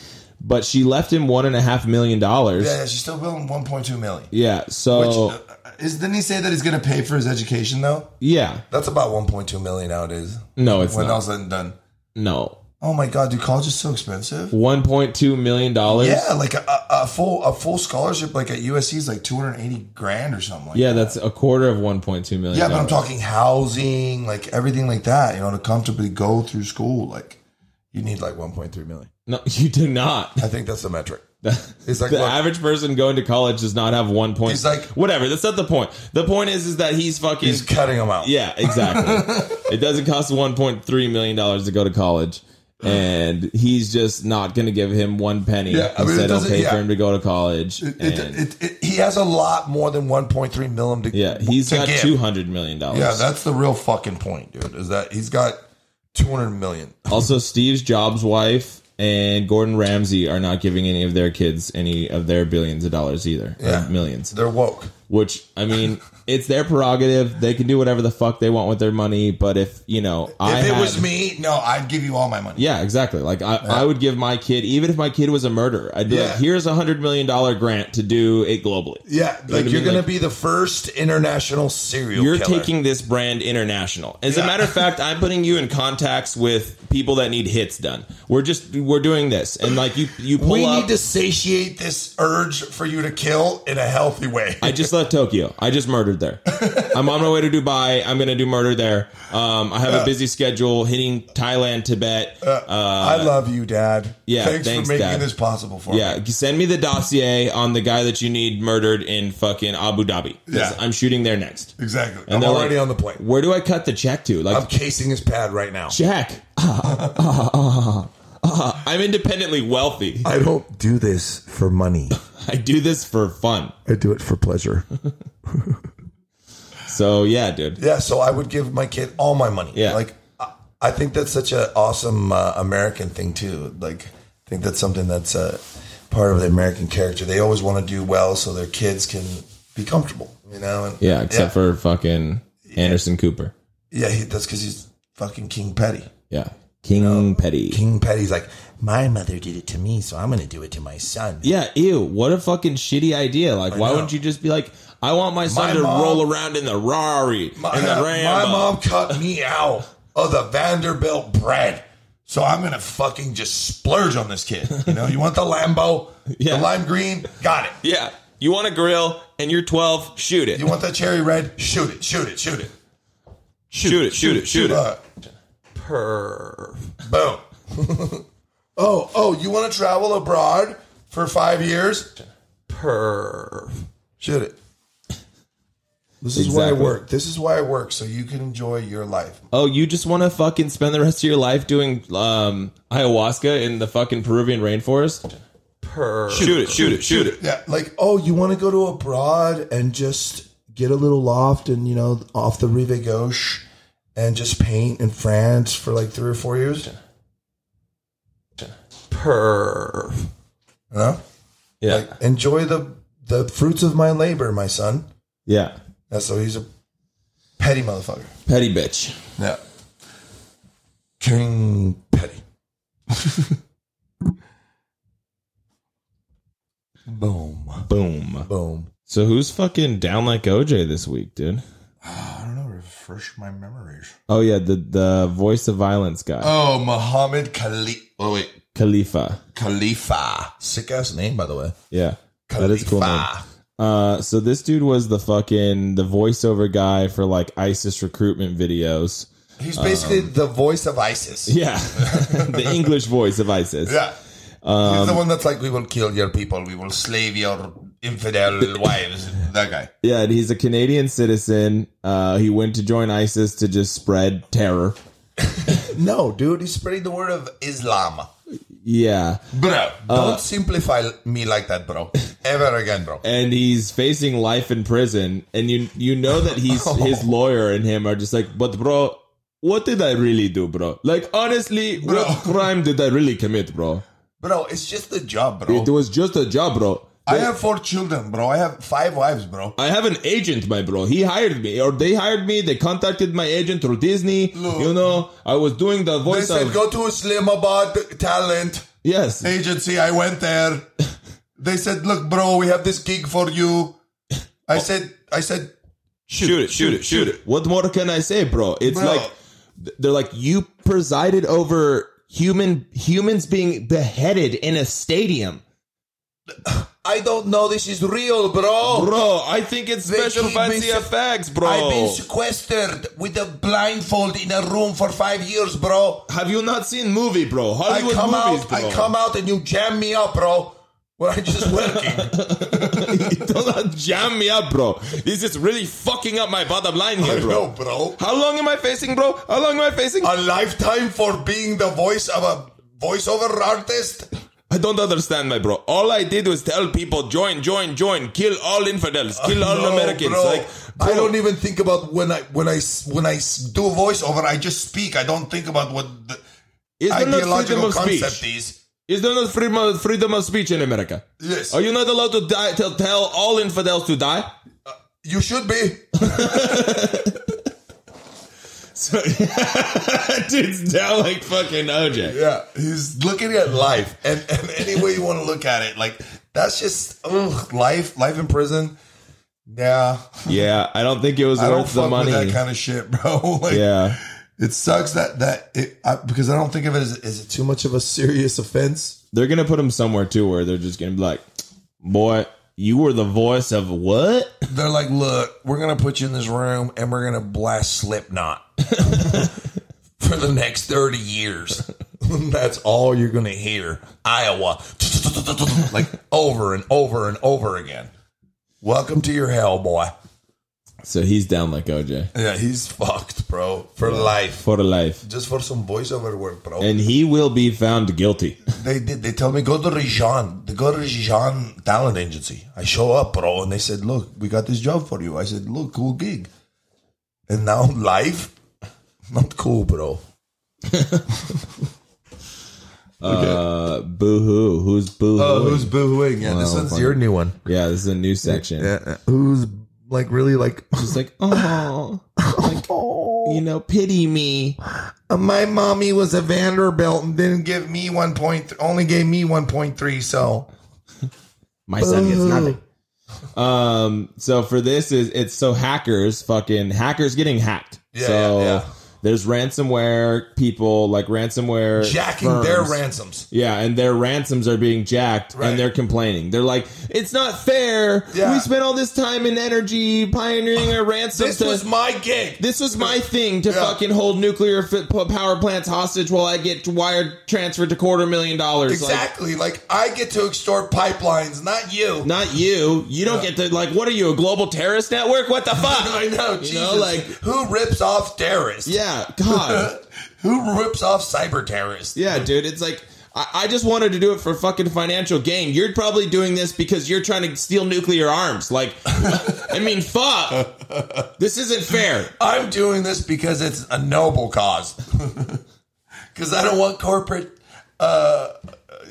But she left him one and a half million dollars. Yeah, Yeah. yeah, she's still billing 1.2 million. Which, so uh, is, didn't he say that he's going to pay for his education though? yeah, That's about 1.2 million nowadays. no, it's when not. all's said and done. No, Oh my god, dude, college is so expensive. one point two million dollars. Yeah, like a, a, a full a full scholarship like at USC is like 280 grand or something. Like yeah, that. that's a quarter of one point two million. yeah, but I'm dollars. talking housing, like everything like that. You know, to comfortably go through school, like you need like 1.3 million. No, you do not. I think that's the metric. It's like the look, average person going to college does not have one point. He's like- whatever. That's not the point. The point is, is that he's fucking. he's cutting them out. yeah, exactly. it doesn't cost one point three million dollars to go to college, and he's just not going to give him one penny. Yeah, I he mean, it said he'll doesn't- pay yeah. for him to go to college. It, and- it, it, it, he has a lot more than 1.3 million to yeah, he's to got give. two hundred million dollars. Yeah, that's the real fucking point, dude. Is that he's got 200 million. also Steve's Jobs' wife. And Gordon Ramsay are not giving any of their kids any of their billions of dollars either, or Yeah. millions. They're woke. which I mean, it's their prerogative. They can do whatever the fuck they want with their money. But if you know, I if it had- was me, no, I'd give you all my money. yeah, exactly. Like I, I would give my kid, even if my kid was a murderer, I'd be like, Yeah. here's a hundred million dollar grant to do it globally. what Yeah, I like mean? you're gonna Like- be the first international serial. You're killer. taking this brand international. As a Yeah. matter of fact, I'm putting you in contacts with people that need hits done. We're just we're doing this, and like you, you pull We up. need to satiate this urge for you to kill in a healthy way. I just left Tokyo. I just murdered there. I'm on my way to Dubai. I'm going to do murder there. Um, I have a busy schedule hitting Thailand, Tibet. I love you, Dad. yeah, thanks, thanks, for making Dad. this possible for me. Yeah, send me the dossier on the guy that you need murdered in fucking Abu Dhabi. 'Cause Yeah. I'm shooting there next. exactly. And I'm they're already like, on the plane. Where do I cut the check to? Like, I'm casing his pad right now. check. Ah, ah, ah, ah. I'm independently wealthy. I don't do this for money. I do this for fun. I do it for pleasure. So yeah, dude. Yeah, so I would give my kid all my money. Yeah. like I- I think that's such an awesome uh, American thing too. Like, I think that's something that's uh, part of the American character. They always want to do well so their kids can be comfortable. You know? And, Yeah, except yeah, for fucking Anderson Cooper. yeah, he, that's because he's fucking King Petty. Yeah, King Petty. Oh. King Petty's like, my mother did it to me, so I'm going to do it to my son. Yeah, ew, what a fucking shitty idea. Like, why know. wouldn't you just be like, I want my son My to mom- roll around in the Rari My, and the my Ram. mom cut me out of the Vanderbilt bread. So I'm gonna fucking just splurge on this kid. You know, you want the Lambo, Yeah. the lime green, got it. Yeah. You want a grill and you're 12, shoot it. You want that cherry red? Shoot it, shoot it, shoot it. Shoot it, shoot it, shoot it. Uh, Perv. boom. oh, oh, you want to travel abroad for five years? Perv. Shoot it. This is why I Exactly. work. This is why I work, so you can enjoy your life. Oh, you just want to fucking spend the rest of your life doing um, ayahuasca in the fucking Peruvian rainforest? Perv. Shoot it, shoot it, shoot it. Yeah, like, oh, you want to go to abroad and just get a little loft and, you know, off the Rive Gauche and just paint in France for like three or four years? Perv. Huh? Yeah. Like, enjoy the, the fruits of my labor, my son. yeah. Yeah, so he's a petty motherfucker. Petty bitch. Yeah. King Petty. Boom. Boom. Boom. So who's fucking down like OJ this week, dude? I don't know. Refresh my memories. Oh yeah, the the voice of violence guy, Oh, Muhammad Khalif. Oh, wait. Khalifa. Khalifa. Sick ass name, by the way. Yeah, that is a cool. Name. Uh, so this dude was the fucking the voiceover guy for like ISIS recruitment videos. He's basically the voice of ISIS. Yeah, the English voice of ISIS. Yeah. He's the one that's like, we will kill your people. We will slave your infidel wives. That guy. Yeah, and he's a Canadian citizen. Uh, he went to join ISIS to just spread terror. No, dude. He's spreading the word of Islam. Yeah, Bro, uh, don't simplify me like that, bro. Ever again, bro. and he's facing life in prison, and you you know that he's his lawyer and him are just like, but bro, what did I really do, bro? Like honestly, what Bro. crime did I really commit, bro? Bro, it's just a job, bro. It was just a job, bro. I have four children, bro. I have five wives, bro. I have an agent, my bro. He hired me, or they hired me. They contacted my agent through Disney. Look. You know, I was doing the They voice said of go to Islamabad talent yes. agency. I went there. They said, "Look, bro, we have this gig for you." I said, "I said, Shoot it, shoot it, shoot it. What more can I say, bro? It's Bro. like they're like you presided over human humans being beheaded in a stadium. I don't know. This is real, bro. Bro, I think it's They special keep me fancy se- effects, bro. I've been sequestered with a blindfold in a room for five years, bro. Have you not seen movie, bro? I Hollywood come movies, out. bro. I come out, and you jam me up, bro. When I'm just working. Don't jam me up, bro. This is really fucking up my bottom line here, bro. no, bro. How long am I facing, bro? How long am I facing? A lifetime for being the voice of a voiceover artist. I don't understand, my bro. All I did was tell people join, join, join, kill all infidels, kill all Uh, No, Americans. bro. Like, I bro, don't e- even think about when I when I s- when I s- do a voiceover. I just speak. I don't think about what the Is there not freedom ideological of speech? concept is. Is there not freedom, freedom of speech in America? Yes, Are you not allowed to die, tell, tell all infidels to die? you should be. So, dude's down like fucking OJ. Yeah, he's looking at life, and, and any way you want to look at it, like that's just ugh, life. Life in prison. Yeah, Yeah, I don't think it was I don't worth the fuck with money. that kind of shit, bro. like, yeah. it sucks that that it I, because I don't think of it as is it too much of a serious offense. They're going to put him somewhere too where they're just going to be like, boy, you were the voice of what? They're like, look, we're gonna put you in this room and we're gonna blast Slipknot for the next thirty years. That's all you're gonna hear, Iowa, like over and over and over again. Welcome to your hell, boy. So he's down like OJ Yeah, he's fucked, bro, for life. for life. Just for some voiceover work, bro. And he will be found guilty. They did. They tell me go to Rijan. They go to Rijan Talent Agency. I show up, bro, and they said, "Look, we got this job for you." I said, "Look, cool gig." And now live, not cool, bro. Uh, boo hoo. Who's boo hoo? Oh, booing? Yeah, this one's your new one. uh, yeah, this is a new section. who's like really like Just like, oh, you know, pity me. my mommy was a Vanderbilt and didn't give me one point, only gave me one point three. So My son gets nothing. Um, so for this is it's so hackers fucking hackers getting hacked. Yeah, so yeah, yeah. There's ransomware people like ransomware Jacking their firms. ransoms. Yeah, and their ransoms are being jacked, and they're complaining. They're like, "It's not fair. We spent all this time and energy pioneering a ransom. This to- was my gig. This was my thing to fucking hold nuclear f- p- power plants hostage while I get wire transferred to quarter million dollars. Like, Exactly. Like, I get to extort pipelines, not you. not you. You don't get to like. What are you? A global terrorist network? What the fuck? I know. You Jesus. know, like who rips off terrorists? Yeah, God. who rips off cyber terrorists? Yeah, dude. It's like I, I just wanted to do it for fucking financial gain. You're probably doing this because you're trying to steal nuclear arms. Like, I mean, fuck. This isn't fair. I'm doing this because it's a noble cause. Because I don't want corporate. Uh,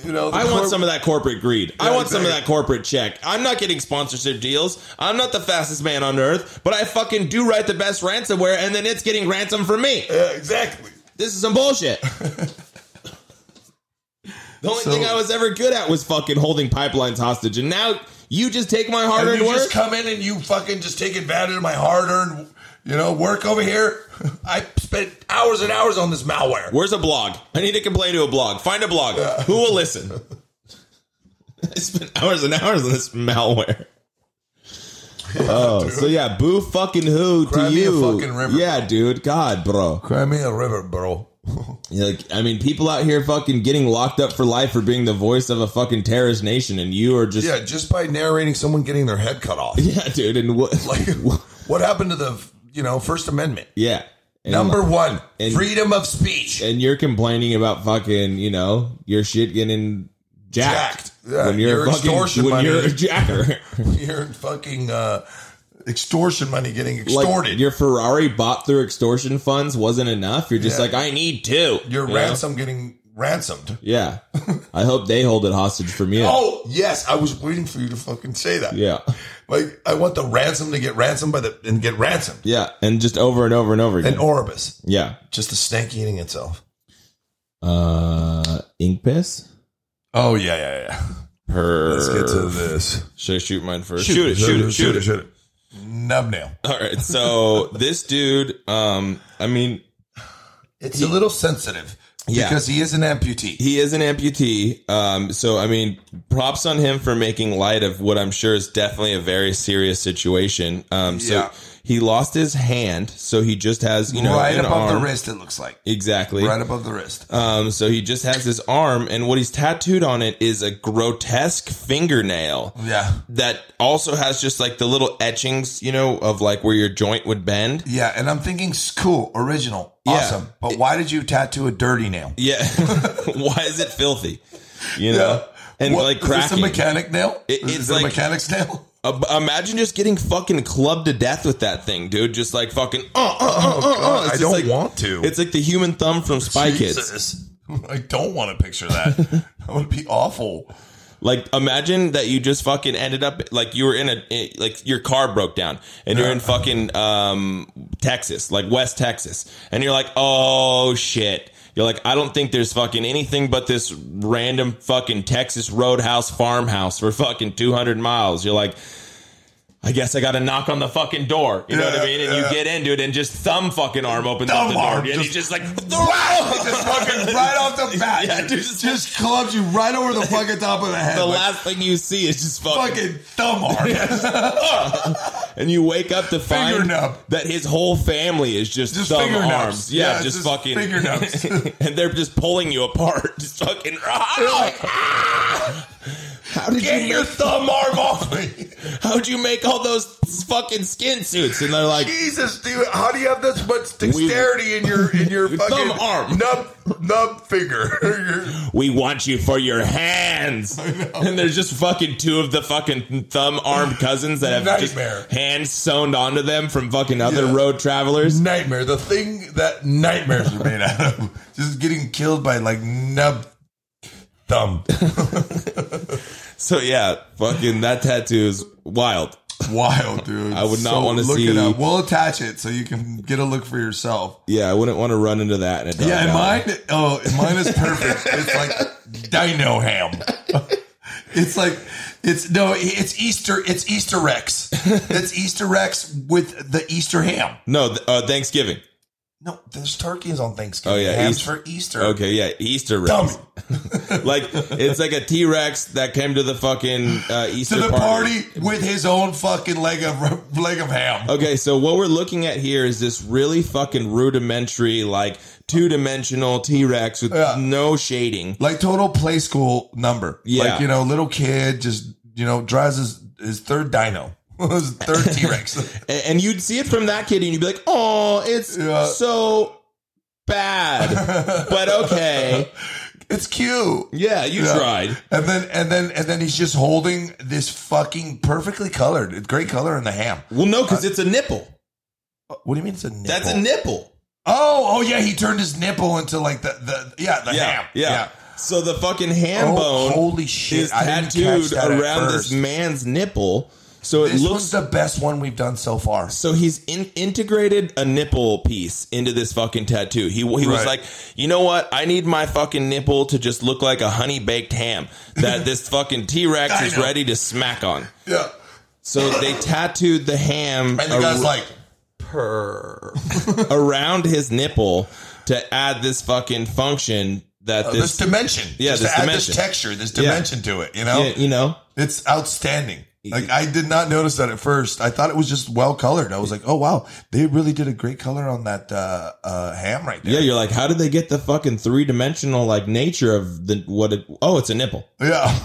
you know, the I want corp- some of that corporate greed. I Yeah, want some of that exactly. corporate check. I'm not getting sponsorship deals. I'm not the fastest man on earth, but I fucking do write the best ransomware, and then it's getting ransom from me. Yeah, exactly. This is some bullshit. the only So- thing I was ever good at was fucking holding pipelines hostage, and now you just take my And hard-earned you work. just come in and you fucking just take advantage of my hard-earned, you know, work over here. I spent hours and hours on this malware. Where's a blog? I need to complain to a blog. Find a blog. Who will listen? I spent hours and hours on this malware. oh, so yeah, boo fucking who Cry to me a you? fucking river. Yeah, dude. God, bro. Cry me a river, bro. You're like, I mean, people out here fucking getting locked up for life for being the voice of a fucking terrorist nation, and you are just Yeah, just by narrating someone getting their head cut off. yeah, dude. And what? Like, what happened to the, you know, First Amendment? yeah. And- Number one, and- freedom of speech. and you're complaining about fucking, you know, your shit getting jacked, Jacked. Yeah, when you're, your a fucking extortion when money. you're a jacker. Your fucking uh, extortion money getting like extorted. your Ferrari bought through extortion funds wasn't enough. You're just Yeah. like, I need two. your you know? ransom getting ransomed. Yeah. I hope they hold it hostage from you. Oh yes, I was waiting for you to fucking say that. Yeah. Like I want the ransom to get ransomed by the and get ransomed. Yeah. And just over and over and over again. And Orbis, yeah. just a snake eating itself. Uh, ink piss? Oh yeah, yeah, yeah. Her. Let's get to this. Should I shoot mine first? Shoot it, shoot it, shoot it. shoot it. Nub nail. All right. So this dude, um, I mean, It's a little sensitive Yeah. because he is an amputee. he is an amputee. Um, so I mean, props on him for making light of what I'm sure is definitely a very serious situation. Um, so Yeah. he lost his hand, so he just has you know right an above arm. the wrist, it looks like. Exactly. Right above the wrist. Um, so he just has his arm, and what he's tattooed on it is a grotesque fingernail yeah. that also has just like the little etchings, you know, of like where your joint would bend. Yeah, and I'm thinking s- cool, original, Yeah. awesome. But why did you tattoo a dirty nail? Yeah. Why is it filthy? You know, and What- like Is this a cracking. mechanic nail? It- is it's it like- a mechanic's nail? Uh, b- imagine just getting fucking clubbed to death with that thing, dude. Just like fucking. Uh, uh, uh, uh, uh. It's just like- to. It's like the human thumb from Spy Kids. Jesus. I don't want to picture that. that would be awful. Like, imagine that you just fucking ended up like you were in a in- like your car broke down and you're in fucking um Texas, like West Texas, and you're like, oh shit. You're like, I don't think there's fucking anything but this random fucking Texas roadhouse farmhouse for fucking 200 miles. You're like, I guess I got to knock on the fucking door. You know what I Yeah, mean? And you yeah. get into it and just thumb fucking arm opens Thumb up the arm, door. And he's just- just like, Wow! just fucking right off the bat. Yeah, dude, just, just- just clubs you right over the fucking top of the head. the like, last thing you see is just fucking, fucking thumb arm. and you wake up to find Fingernub. that his whole family is just, Just thumb fingernubs. arms. Yeah, Yeah, just, just fucking fingernubs. and they're just pulling you apart. Just fucking. "Ah, How did Get you your make, thumb arm off me. how'd you make all those fucking skin suits? And they're like, Jesus, dude, how do you have this much dexterity in your in your Your fucking thumb arm. nub nub finger? Your- we want you for your hands. And there's just fucking two of the fucking thumb armed cousins that have Nightmare. just hands sewn onto them from fucking other Yeah. road travelers. nightmare. The thing that nightmares are made out of. Just getting killed by like nub thumb. So yeah, fucking that tattoo is wild. Wild, dude. I would not wanna look see- It up. We'll attach it so you can get a look for yourself. Yeah, I wouldn't want to run into that. In a dog Yeah, and alley. mine. Oh, and mine is perfect. it's like Dino Ham. It's like it's no, it's Easter. It's Easter Rex. It's Easter Rex with the Easter ham. No, th- uh, Thanksgiving. No, there's turkeys on Thanksgiving. Oh yeah, hams East- for Easter. Okay, yeah, Easter ribs. like it's like a T Rex that came to the fucking uh, Easter to the party. party with his own fucking leg of leg of ham. Okay, so what we're looking at here is this really fucking rudimentary, like two dimensional T Rex with no shading. Like total play school number. Yeah. Like, you know, little kid just, you know, drives his, his third dino. his third T Rex. and, and you'd see it from that kid, and you'd be like, "Oh, it's so bad, but okay." It's cute. Yeah, you Yeah. tried. And then and then and then he's just holding this fucking perfectly colored, it's great color in the ham. Well, no, because it's a nipple. What do you mean it's a nipple? That's a nipple. Oh, oh yeah, he turned his nipple into like the the yeah, the yeah, ham. Yeah. So the fucking ham Oh, bone holy shit, is I didn't catch tattooed that at around this first. man's nipple. So it This looks one's the best one we've done so far. so he's in, integrated a nipple piece into this fucking tattoo. He he was Right. like, you know what? I need my fucking nipple to just look like a honey baked ham that this fucking T Rex I is know. ready to smack on. Yeah. So they tattooed the ham And the guy's ar- like purr. around his nipple to add this fucking function that Uh, this, this, dimension. Yeah, just this to add dimension. this texture, this Yeah. dimension to it. You know, Yeah, you know. it's outstanding. Like I did not notice that at first. I thought it was just well colored. I was like, oh wow, they really did a great color on that uh, uh, ham right Yeah, there. you're like, how did they get the fucking three dimensional like nature of the what? It, oh, it's a nipple. Yeah,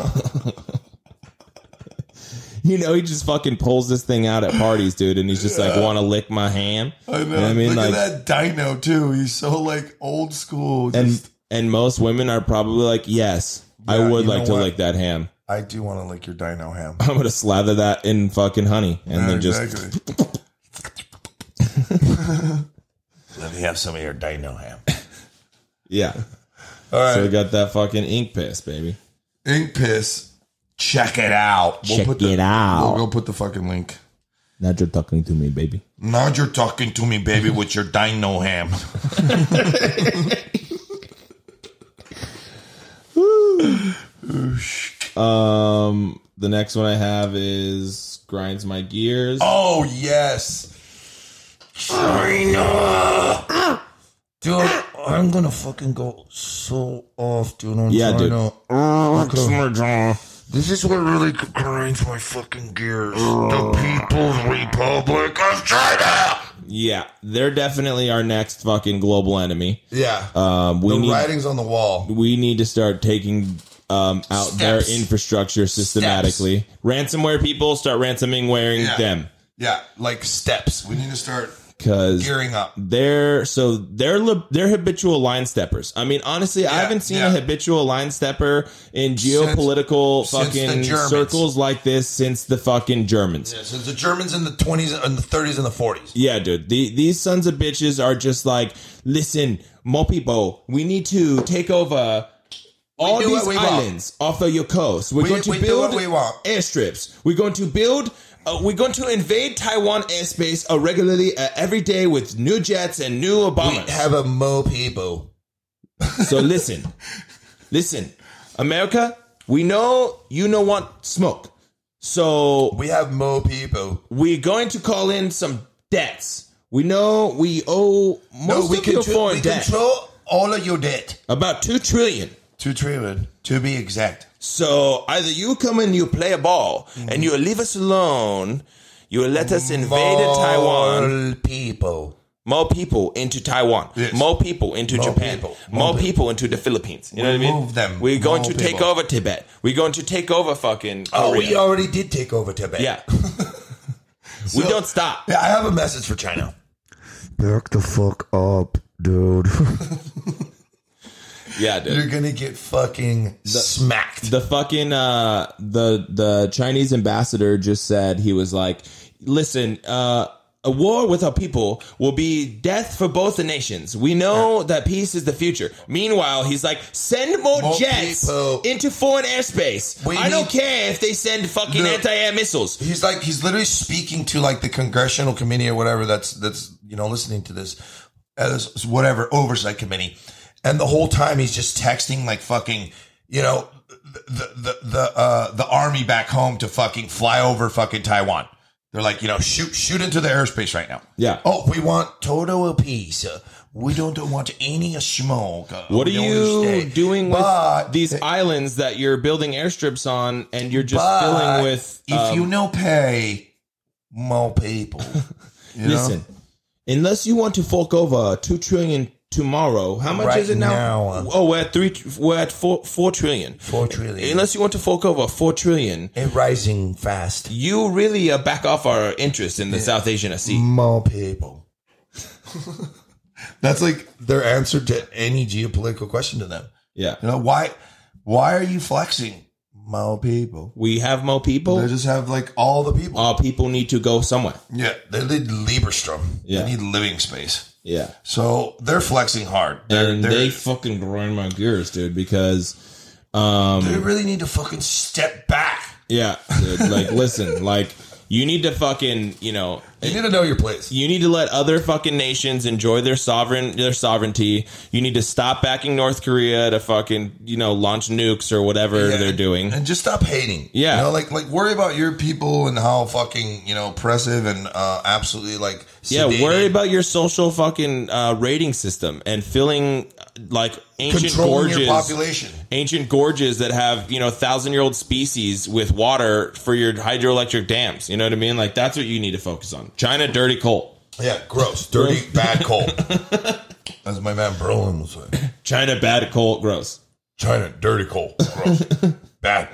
You know, he just fucking pulls this thing out at parties, dude, and he's just like, want to lick my ham. I know. You know what I mean, Look like, at that dino too. He's so like old school. and Just- and most women are probably like, yes, I Yeah, would you like know to what? lick that ham. I do want to lick your dino ham. I'm gonna slather that in fucking honey, and Yeah, then just exactly. Let me have some of your dino ham. yeah. All right. So we got that fucking ink piss, baby. Ink piss. Check it out. Check the, it out. We'll, we'll put the fucking link. Now you're talking to me, baby. Now you're talking to me, baby, with your dino ham. Um, the next one I have is grinds my gears. Oh yes, China, dude. I'm gonna fucking go so off, dude. On Yeah, dude. China. China. This is what really grinds my fucking gears. The People's Republic of China. Yeah, they're definitely our next fucking global enemy. Yeah, Um, we the need writing's on the wall. we need to start taking um, out their Steps. infrastructure systematically. Ransomware people start ransoming wearing Yeah. them Yeah, like steps. We need to start because gearing up. they're so they're li- they're habitual line steppers. I mean, honestly, I Yeah, haven't seen yeah. a habitual line stepper in geopolitical since the fucking Germans. circles like this since the fucking Germans. Yeah, so the Germans in the 20s and the 30s and the 40s. Yeah, dude. The, these sons of bitches are just like, listen, more people, we need to take over all do these what we want. islands off of your coast. We're We- going to we do build what we want." airstrips. We're going to build. Uh, we're going to invade Taiwan airspace uh, regularly uh, every day with new jets and new bombers. a Mo people. so listen, listen, America. We know you don't want smoke, so We have Mo people. we're going to call in some debts. We know we owe most we of your contro- foreign we debt control all of your debt. about two trillion. Two trillion, to be exact. So either you come and you play a ball Mm-hmm. and you leave us alone, you will let us invade Taiwan, All people. more people into Taiwan, Yes. more people into More Japan, people. more More people. people. into the Philippines. You know We what I mean? move them. We're going More to take people. over Tibet. We're going to take over fucking. Oh, Korea. we already did take over Tibet. Yeah. we So- don't stop. Yeah, I have a message for China. Back the fuck up, dude. Yeah, dude. You're gonna get fucking smacked. the fucking uh the the chinese ambassador just said he was like listen uh a war with our people will be death for both the nations. We know that peace is the future. Meanwhile, he's like, send more, More jets people. into foreign airspace. We I don't need- care if they send fucking No. anti-air missiles. he's like he's literally speaking to like the congressional committee or whatever that's that's you know listening to this as whatever oversight committee and the whole time he's just texting like fucking you know the the the uh the army back home to fucking fly over fucking taiwan they're like you know shoot shoot into the airspace right now Yeah. oh we want total peace Uh, We don't want any smoke. What are We don't you understand. doing with But- these islands that you're building airstrips on, and you're just But filling with? uh, if you no pay, more people. you know? listen, unless you want to fork over two trillion tomorrow, how much Right is it now? now, uh, oh, we're at three. We're at four four trillion. Four trillion. Unless you want to fork over four trillion, it rising fast. You really uh, back off our interest in the South Asian Sea. More people. That's like their answer to any geopolitical question to them. Yeah. You know why? Why are you flexing? More people. We have more people. They just have like all the people. All people need to go somewhere. Yeah, uh, they need Lieberstrom. Yeah. They need living space. Yeah. So they're flexing hard. They're, and they're, they they fucking grind my gears, dude, because um really need to fucking step back. yeah, dude, like listen, like you need to fucking, you know, You need to know your place. you need to let other fucking nations enjoy their sovereign their sovereignty. You need to stop backing North Korea to fucking, you know, launch nukes or whatever Yeah. they're doing. And just stop hating. Yeah. You know, like like worry about your people and how fucking, you know, oppressive and uh absolutely like Yeah, sedated. worry about your social fucking uh, rating system and filling uh, like ancient Controlling your gorges, population. ancient gorges that have you know thousand year old species with water for your hydroelectric dams. You know what I mean? Like that's what you need to focus on. China, dirty coal. Yeah, gross, dirty, bad coal. As my man Berlin would say. China, bad coal, gross. China, dirty coal, gross. bad.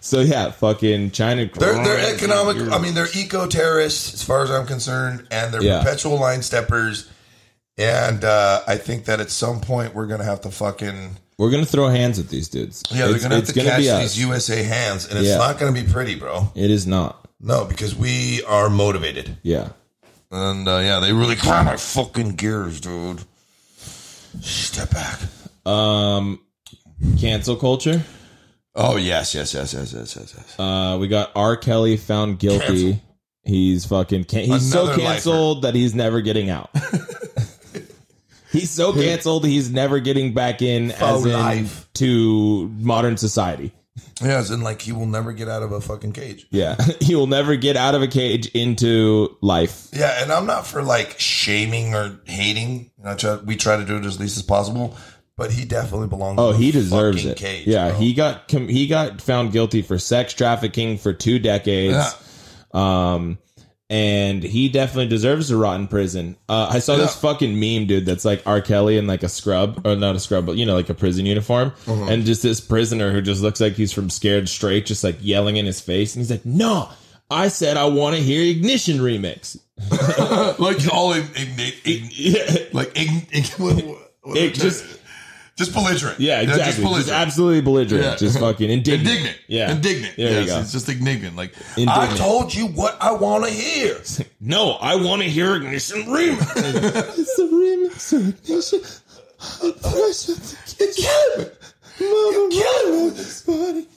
So yeah, fucking China. They're, they're economic. I mean, they're eco terrorists, as far as I'm concerned, and they're Yeah. perpetual line steppers. And uh, I think that at some point we're gonna have to fucking We're gonna throw hands at these dudes. yeah, they're It's- gonna have it's to catch us. these USA hands, and it's Yeah. not gonna be pretty, bro. It is not. No, because we are motivated, Yeah. and uh, yeah, they really grind my fucking gears, dude. Step back. Um, cancel culture. Oh yes, yes, yes, yes, yes, yes, yes. Uh, we got R. Kelly found guilty. Cancel. He's fucking. Can- he's Another so canceled that he's never getting out. he's so canceled he's never getting back in as For in life. to modern society. Yeah, as in like you will never get out of a fucking cage. Yeah, he will never get out of a cage into life. Yeah, and I'm not for like shaming or hating. You know, I try, we try to do it as least as possible, but he definitely belongs. Oh, in he the deserves fucking it. Cage, yeah, bro. he got com- he got found guilty for sex trafficking for two decades. Yeah. Um and he definitely deserves a rotten prison. Uh, I saw this fucking meme, dude, that's like R. Kelly in like a scrub, or not a scrub, but you know, like a prison uniform. Mhm. And just this prisoner who just looks like he's from Scared Straight, just like yelling in his face. And he's like, No, I said I want to hear Ignition remix. like all in, in, in- like in, in, It just- just just belligerent. Yeah, just exactly. Just, belligerent. absolutely belligerent. Yeah. Just fucking indignant. indignant. Yeah. indignant. There you yes, go. it's just indignant. Like I Indignant. told you what I want to hear. No, I want to hear ignition remix. it's the remix of ignition. You're killing me. You're killing me with this body.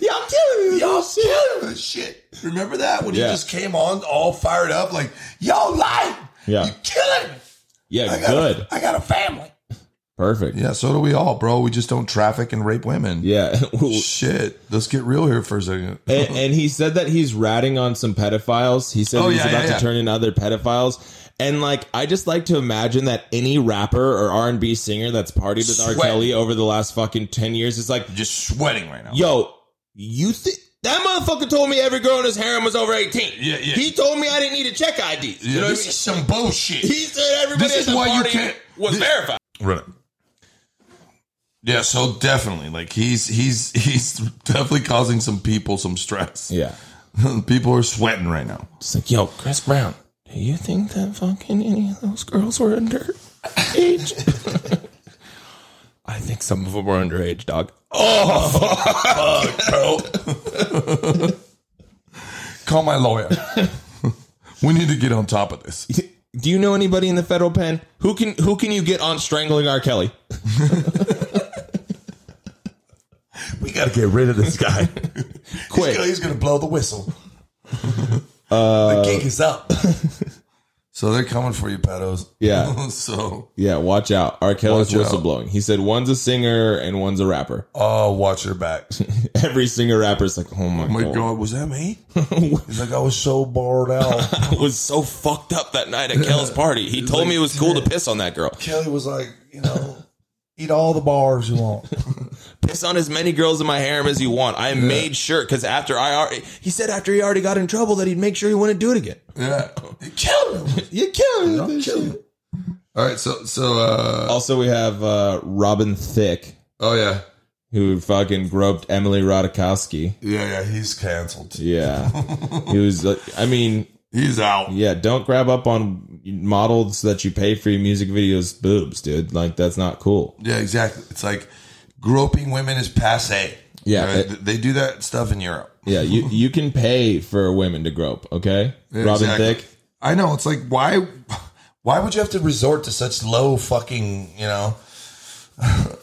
Y'all killing me. With Y'all this killing me with this shit. Remember that when Yeah. he just came on all fired up, like y'all lying, Yeah, killing me. yeah, I got a- good, I got a family. perfect. Yeah, so do we all, bro. We just don't traffic and rape women. Yeah, Shit. Let's get real here for a second. and, and he said that he's ratting on some pedophiles. He said Oh, he's yeah, about yeah, yeah. to turn in other pedophiles. And like, I just like to imagine that any rapper or R and B singer that's partied with R. Sweat. Kelly over the last fucking ten years is like, I'm just sweating right now. yo, you think that motherfucker told me every girl in his harem was over eighteen? Yeah, yeah. He told me I didn't need a check ID. Yeah, you know what I this mean? is some bullshit. He said everybody This at is the why you party can't- was thi- verified. Right. Yeah, so definitely, like he's he's he's definitely causing some people some stress. Yeah. people are sweating right now. It's like, yo, Chris Brown, do you think that fucking any of those girls were underage? I think some of them were underage, dog. Oh, bro. Call my lawyer. we need to get on top of this. Do you know anybody in the federal pen who can who can you get on strangling R. Kelly? We got to get rid of this guy. Quick. Uh, He's, gonna blow the whistle. the gig is up. So they're coming for you, pedos. Yeah. so Yeah, watch out. R. Kelly's Watch out. whistleblowing. He said one's a singer and one's a rapper. Oh, watch your back. Every singer rapper's like, oh my, Oh my god. god, was that me? He's like, I was so bored out. I was so fucked up that night at Kel's party. He told me it was cool to piss on that girl. Kelly was like, you know, eat all the bars you want. Piss on as many girls in my harem as you want. I made sure because after I already, he said after he already got in trouble that he'd make sure he wouldn't do it again. Yeah, you kill him. You kill him. with this shit. All right, so so uh Also, we have uh, Robin Thicke. Oh yeah, who fucking groped Emily Ratajkowski. yeah, yeah, he's canceled. Yeah, he was. uh, I mean, he's out. Yeah, don't grab up on models that you pay for your music videos boobs, dude. Like that's not cool. Yeah, exactly. It's like groping women is passe. Yeah, Right? they do that stuff in Europe. Yeah, you you can pay for women to grope. Okay, Yeah, Robin exactly. Thicke. I know. It's like why why would you have to resort to such low fucking you know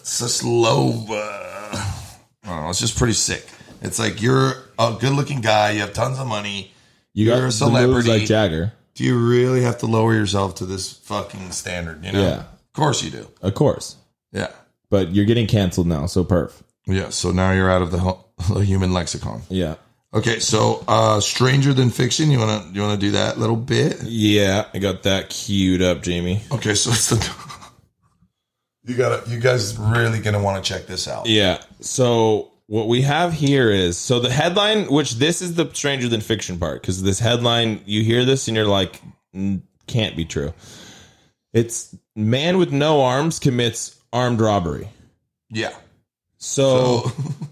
such low? Uh, I don't know. It's just pretty sick. It's like you're a good looking guy. You have tons of money. You are got a the moves celebrity. like Jagger. do you really have to lower yourself to this fucking standard? You know. Yeah. Of course you do. Of course. Yeah. But you're getting canceled now, so perf. Yeah. So now you're out of the, hu- the human lexicon. Yeah. Okay, so uh Stranger Than Fiction, you wanna you wanna do that little bit? Yeah, I got that queued up, Jamie. Okay, so it's the You gotta you guys really gonna wanna check this out. Yeah. So what we have here is so the headline, which this is the stranger than fiction part, because this headline, you hear this and you're like, "N- can't be true. It's man with no arms commits armed robbery. Yeah. So,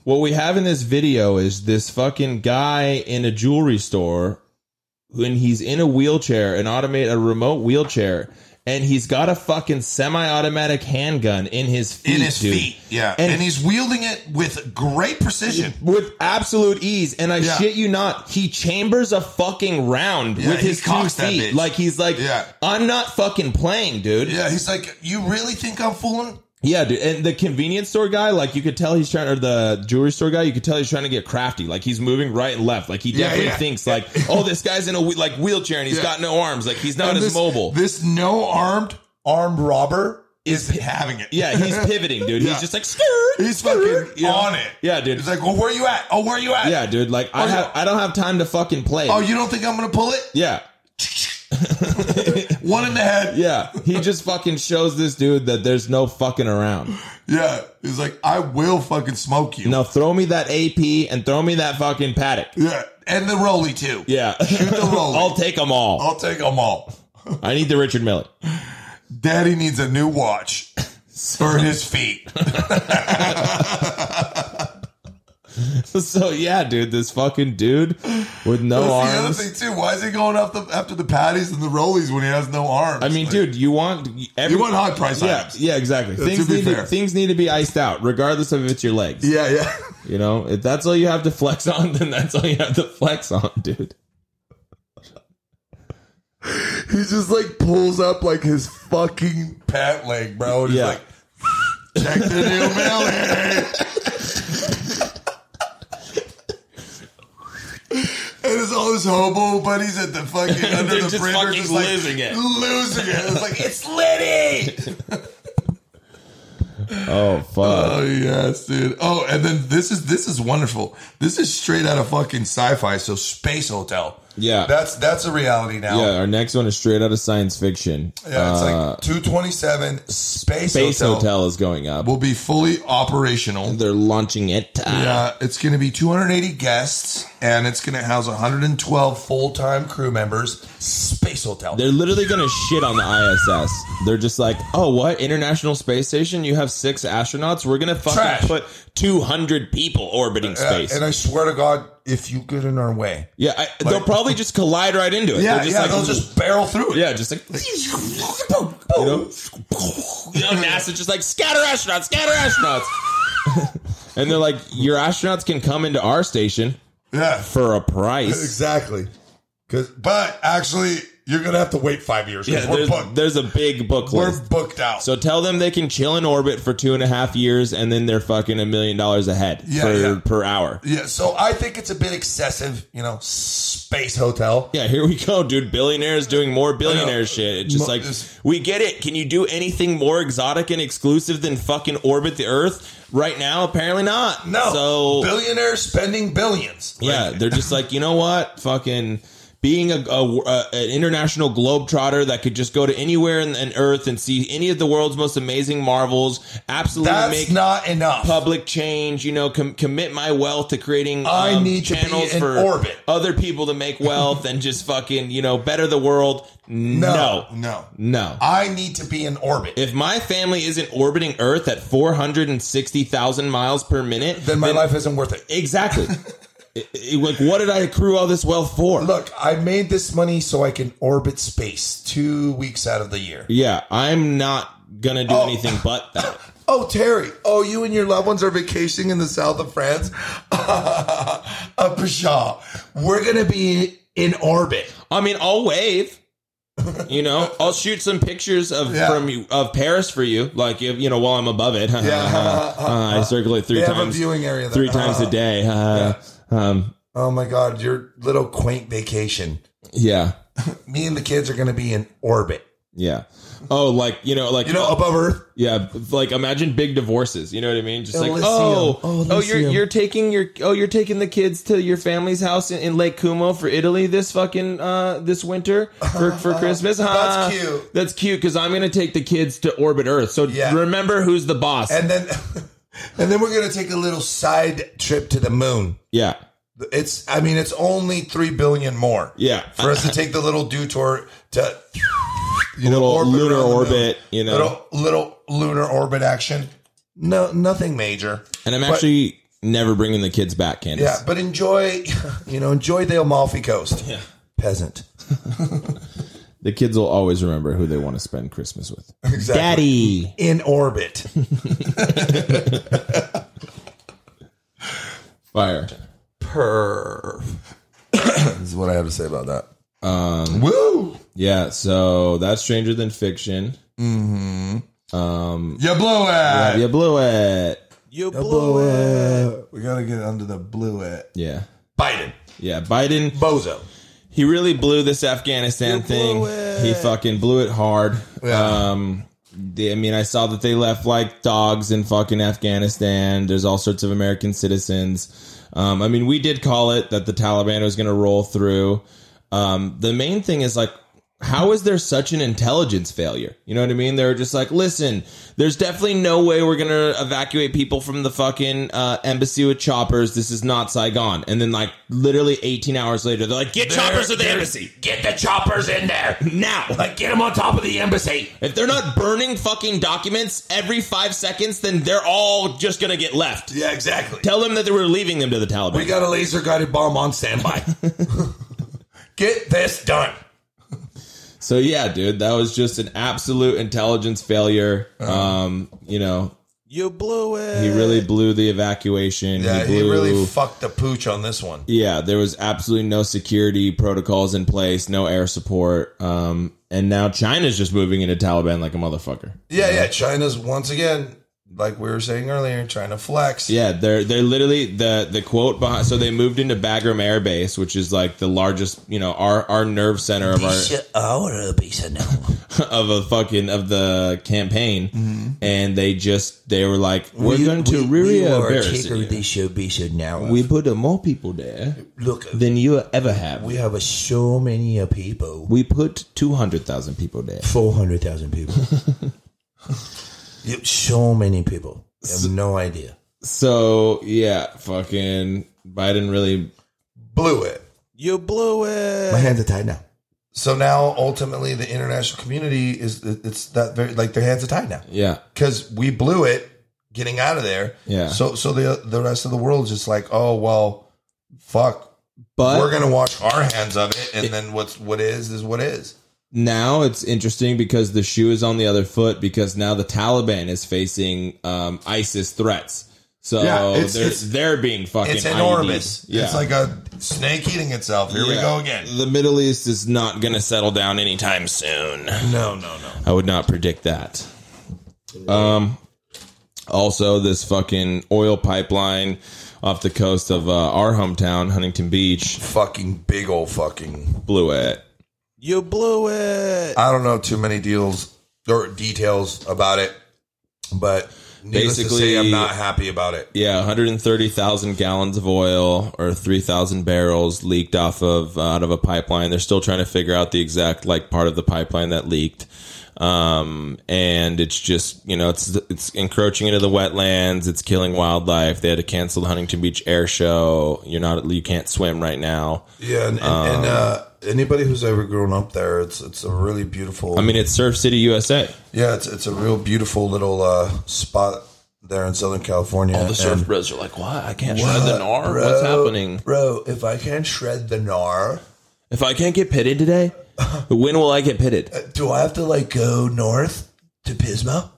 what we have in this video is this fucking guy in a jewelry store when he's in a wheelchair, an automate a remote wheelchair, and he's got a fucking semi-automatic handgun in his feet. In his dude. feet. Yeah. And- And, he's wielding it with great precision. With absolute ease, and I Yeah. shit you not, he chambers a fucking round Yeah, with he his two cocks that feet. bitch. Like he's like, Yeah. I'm not fucking playing, dude. Yeah, he's like, You really think I'm fooling? Yeah, dude. And the convenience store guy, like you could tell he's trying, or the jewelry store guy, you could tell he's trying to get crafty. Like he's moving right and left. Like he Yeah, definitely yeah. thinks, like, oh, this guy's in a whe- like wheelchair and he's Yeah. got no arms. Like he's not And as this- mobile. This no armed armed robber is having it. yeah, he's pivoting, dude. Yeah. He's just like, "Skirt, He's skirt," fucking you know? on it. Yeah, dude. He's like, Well, where you at? Oh, where you at? yeah, dude. Like I Oh, yeah. have, I don't have time to fucking play. Oh, you don't think I'm gonna pull it? yeah. One in the head. Yeah, he just fucking shows this dude that there's no fucking around. Yeah. He's like, I will fucking smoke you. Now throw me that AP and throw me that fucking paddock. Yeah, and the Rolly too. Yeah, Shoot the Oh. Rolly. I'll I'll, take them all. take them all. I need the Richard Miller. Daddy needs a new watch for his feet. So yeah, dude, this fucking dude with no That's the other arms. thing too. Why is he going after the, after the patties and the rollies when he has no arms? I mean, Like, dude, you want every, You want high price yeah, items. yeah, exactly. To things be need to, fair. things need to be iced out, regardless of if it's your legs. Yeah, yeah. You know, if that's all you have to flex on, then that's all you have to flex on, dude. He just like pulls up like his fucking pat leg, bro. And Yeah. He's like, check the new mail. And it's all his hobo buddies at the fucking under They're the just bridge are fucking just like losing it. losing it. It's like it's Liddy. Oh fuck! oh yes, dude. Oh, and then this is this is wonderful. This is straight out of fucking sci-fi. So space hotel. Yeah. that's that's a reality now. yeah, our next one is straight out of science fiction. Yeah, it's Uh, like 227 Space, Space Hotel, Hotel. is going up. will be fully operational. They're launching it. Yeah, it's going to be 280 guests and it's going to house 112 full-time crew members. Space Hotel. They're literally gonna shit on the ISS. They're just like, oh, what International Space Station? You have six astronauts. We're gonna fucking Trash. put two hundred people orbiting Yeah, space. and I swear to God, if you get in our way, Yeah, I, they'll probably just collide right into it. yeah, they'll just yeah, like, they'll just barrel through it. yeah, just like you know, you know, NASA just like scatter astronauts, scatter astronauts, and they're like, your astronauts can come into our station yeah, for a price. exactly. 'Cause- but actually, you're gonna have to wait five years. 'cause Yeah, we're there's, booked. there's a big book We're list. booked out. So tell them they can chill in orbit for two and a half years, and then they're fucking a million dollars ahead Yeah, per, yeah. per hour. Yeah, so I think it's a bit excessive, you know, space hotel. Yeah, here we go, dude. Billionaires doing more billionaire shit. It's just Mo- like we get it. Can you do anything more exotic and exclusive than fucking orbit the Earth right now? Apparently not. No. So billionaires spending billions. Yeah, they're just like, you know what? Fucking being a, a, a- an international globetrotter that could just go to anywhere in, in Earth and see any of the world's most amazing marvels, absolutely That's make not enough. public change. You know, com- commit my wealth to creating. um, I need to be channels in for orbit. other people to make wealth and just fucking you know better the world. No, No, no. no. I need to be in orbit. If my family isn't orbiting Earth at 460,000 miles per minute, Then my life isn't worth it. Exactly. I- I- like, what did I accrue all this wealth for? Look, I made this money so I can orbit space two weeks out of the year. Yeah, I'm not going to do anything but that. Oh, Terry. Oh, you and your loved ones are vacationing in the south of France. Up a shaw. We're going to be in orbit. I mean, I'll wave. You know, I'll shoot some pictures of Yeah. from you of Paris for you, like if, you know, while I'm above it. Uh, I circle it three They have a times. viewing area there. Uh-huh. three times a day. Uh, um, Oh, my God. Your little quaint vacation. yeah, Me and the kids are going to be in orbit. yeah. Oh, like you know, like You know, above Earth. Yeah, like imagine big divorces. You know what I mean? Just like Elysium. oh, Oh, oh, Elysium. you're you're taking your oh you're taking the kids to your family's house in, in Lake Como for Italy this fucking uh this winter for for Christmas. That's huh? cute. That's cute because I'm gonna take the kids to orbit Earth. So Yeah. remember who's the boss. and then and then we're gonna take a little side trip to the moon. yeah, It's I mean it's only three billion more yeah. for us to take the little dew tour to A little orbit lunar around the moon. orbit, you know. little little lunar orbit action. No, nothing major. and I'm But- actually never bringing the kids back, Candace. yeah, but enjoy you know enjoy the Amalfi Coast. Yeah, peasant. The kids will always remember who they want to spend Christmas with. Exactly. Daddy. in orbit. Fire. Perf. this is what I have to say about that. Um, Woo! Yeah, so that's Stranger Than Fiction. Mm-hmm. Um, You blew it. yeah, you blew it. You blew it. We gotta get under the blew it. Yeah. Biden. Yeah, Biden. Bozo. He really blew this Afghanistan thing. He fucking blew it hard. Um, they, I mean, I saw that they left like dogs in fucking Afghanistan. There's all sorts of American citizens. Um, I mean, we did call it that the Taliban was going to roll through. Um, the main thing is like, how is there such an intelligence failure? You know what I mean? They're just like, listen, there's definitely no way we're going to evacuate people from the fucking uh, embassy with choppers. This is not Saigon. And then, like, literally 18 hours later, they're like, get choppers to the embassy. Get the choppers in there now. Like, get them on top of the embassy. If they're not burning fucking documents every five seconds, then they're all just gonna get left. Yeah, exactly. Tell them that they were leaving them to the Taliban. We got a laser guided bomb on standby. Get this done. so yeah, dude, that was just an absolute intelligence failure. Uh-huh. Um, you know, You blew it. he really blew the evacuation. Yeah, he blew, really fucked the pooch on this one. yeah, there was absolutely no security protocols in place, no air support. Um, and now China's just moving into Taliban like a motherfucker. Yeah, yeah. China's once again, like we were saying earlier, trying to flex. Yeah, they're they're literally the the quote behind. So they moved into Bagram Air Base, which is like the largest, you know, our our nerve center of our of a fucking of the campaign, and they just they were like, we're going to really embarrass you. this show bishop now. We put uh, more people there Look, than you ever have. we have uh, so many uh, people. We put two hundred thousand people there. 400,000 people. You- so many people. You have no idea. So yeah, fucking Biden really Blew it. you blew it. My hands are tied now. So now, ultimately, the international community is it's that very like their hands are tied now Yeah, because we blew it getting out of there. Yeah. So so the the rest of the world's just like, oh well, fuck. But- we're gonna wash our hands of it, and then what's what is is what is. now it's interesting because the shoe is on the other foot because now the Taliban is facing um, ISIS threats. So Yeah, it's- they're, it's- they're being fucking it's enormous. IEDs. Yeah. It's like a Snake eating itself. Here we Yeah. go again. The Middle East is not going to settle down anytime soon. No, no, no. I would not predict that. Um, also, this fucking oil pipeline off the coast of uh, our hometown, Huntington Beach. Fucking big old fucking. Blew it. You blew it. I don't know too many deals or details about it, but needless to Basically- say, I'm not happy about it. Yeah, 130,000 gallons of oil or 3,000 barrels leaked off of uh, out of a pipeline. They're still trying to figure out the exact like part of the pipeline that leaked. Um, and it's just, you know, it's it's encroaching into the wetlands, it's killing wildlife. They had to cancel the Huntington Beach air show. You're not you can't swim right now. Yeah, and, and, and Um, uh, anybody who's ever grown up there, it's it's a really beautiful. I mean, it's Surf City, USA. yeah, it's it's a real beautiful little uh, spot there in Southern California. All the surf And- bros are like, "What? I can't What, shred the gnar? bro? What's happening? bro? If I can't shred the gnar, If I can't get pitted today, when will I get pitted? do I have to like go north to Pismo?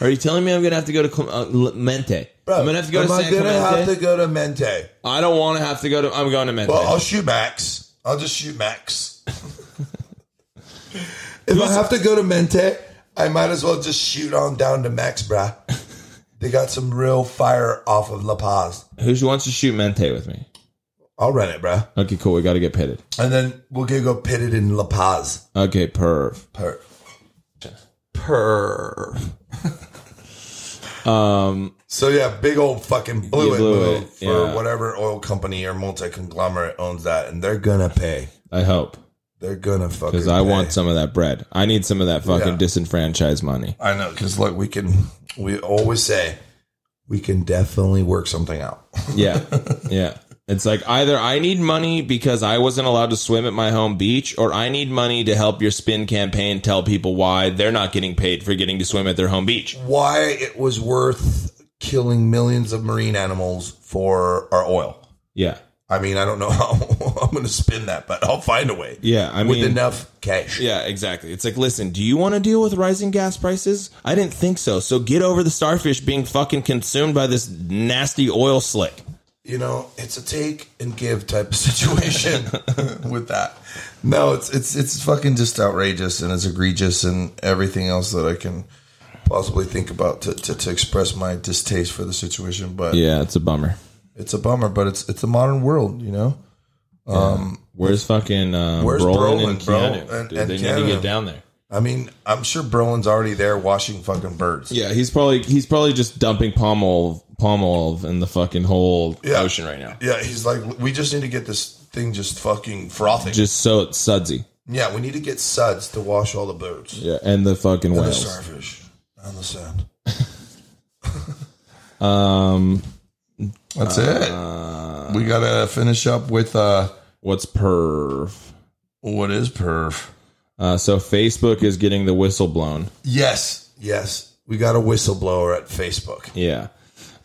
Are you telling me I'm gonna have to go to Clem- uh, L- Mente? Bro, I'm gonna have to go am to I San gonna Clemente. have to go to Mente? I don't want to have to go to. I'm going to Mente. Well, I'll shoot Max. I'll just shoot Max. if I have to go to Mente, I might as well just shoot on down to Max, bruh. they got some real fire off of La Paz. Who wants to shoot Mente with me? I'll rent it, bruh. Okay, cool. We got to get pitted. And then we'll get go pitted in La Paz. Okay, perv. Per. Perv. um. So yeah, big old fucking blew You it blew move it, for yeah. whatever oil company or multi conglomerate owns that, and they're gonna pay. I hope They're gonna fucking. because I pay. want some of that bread. I need some of that fucking Yeah. disenfranchised money. I know because look, we can. We always say we can definitely work something out. Yeah, yeah. It's like either I need money because I wasn't allowed to swim at my home beach, or I need money to help your spin campaign tell people why they're not getting paid for getting to swim at their home beach. Why it was worth killing millions of marine animals for our oil? Yeah. I mean, I don't know how I'm going to spin that, but I'll find a way. Yeah, I with mean- enough cash. Yeah, exactly. It's like, listen, do you want to deal with rising gas prices? I didn't think so. So get over the starfish being fucking consumed by this nasty oil slick. you know, it's a take and give type of situation with that. No, it's it's it's fucking just outrageous and it's egregious and everything else that I can possibly think about to, to, to express my distaste for the situation. But Yeah, it's a bummer. it's a bummer, but it's it's a modern world, you know. Um, Where's fucking uh, where's Brolin, Brolin, and bro? Keanu? And- Dude, and they Keanu. need to get down there. I mean, I'm sure Brolin's already there washing fucking birds. Yeah, he's probably he's probably just dumping palm oil palm oil in the fucking whole ocean right now. Yeah, he's like, we just need to get this thing just fucking frothing. Just so it's sudsy. yeah, we need to get suds to wash all the birds. Yeah, and the fucking And the whales. starfish on the sand. Um, That's it. We gotta finish up with uh, what's perv? What is perv? Uh, so Facebook is getting the whistle blown. Yes, yes. We got a whistleblower at Facebook. Yeah.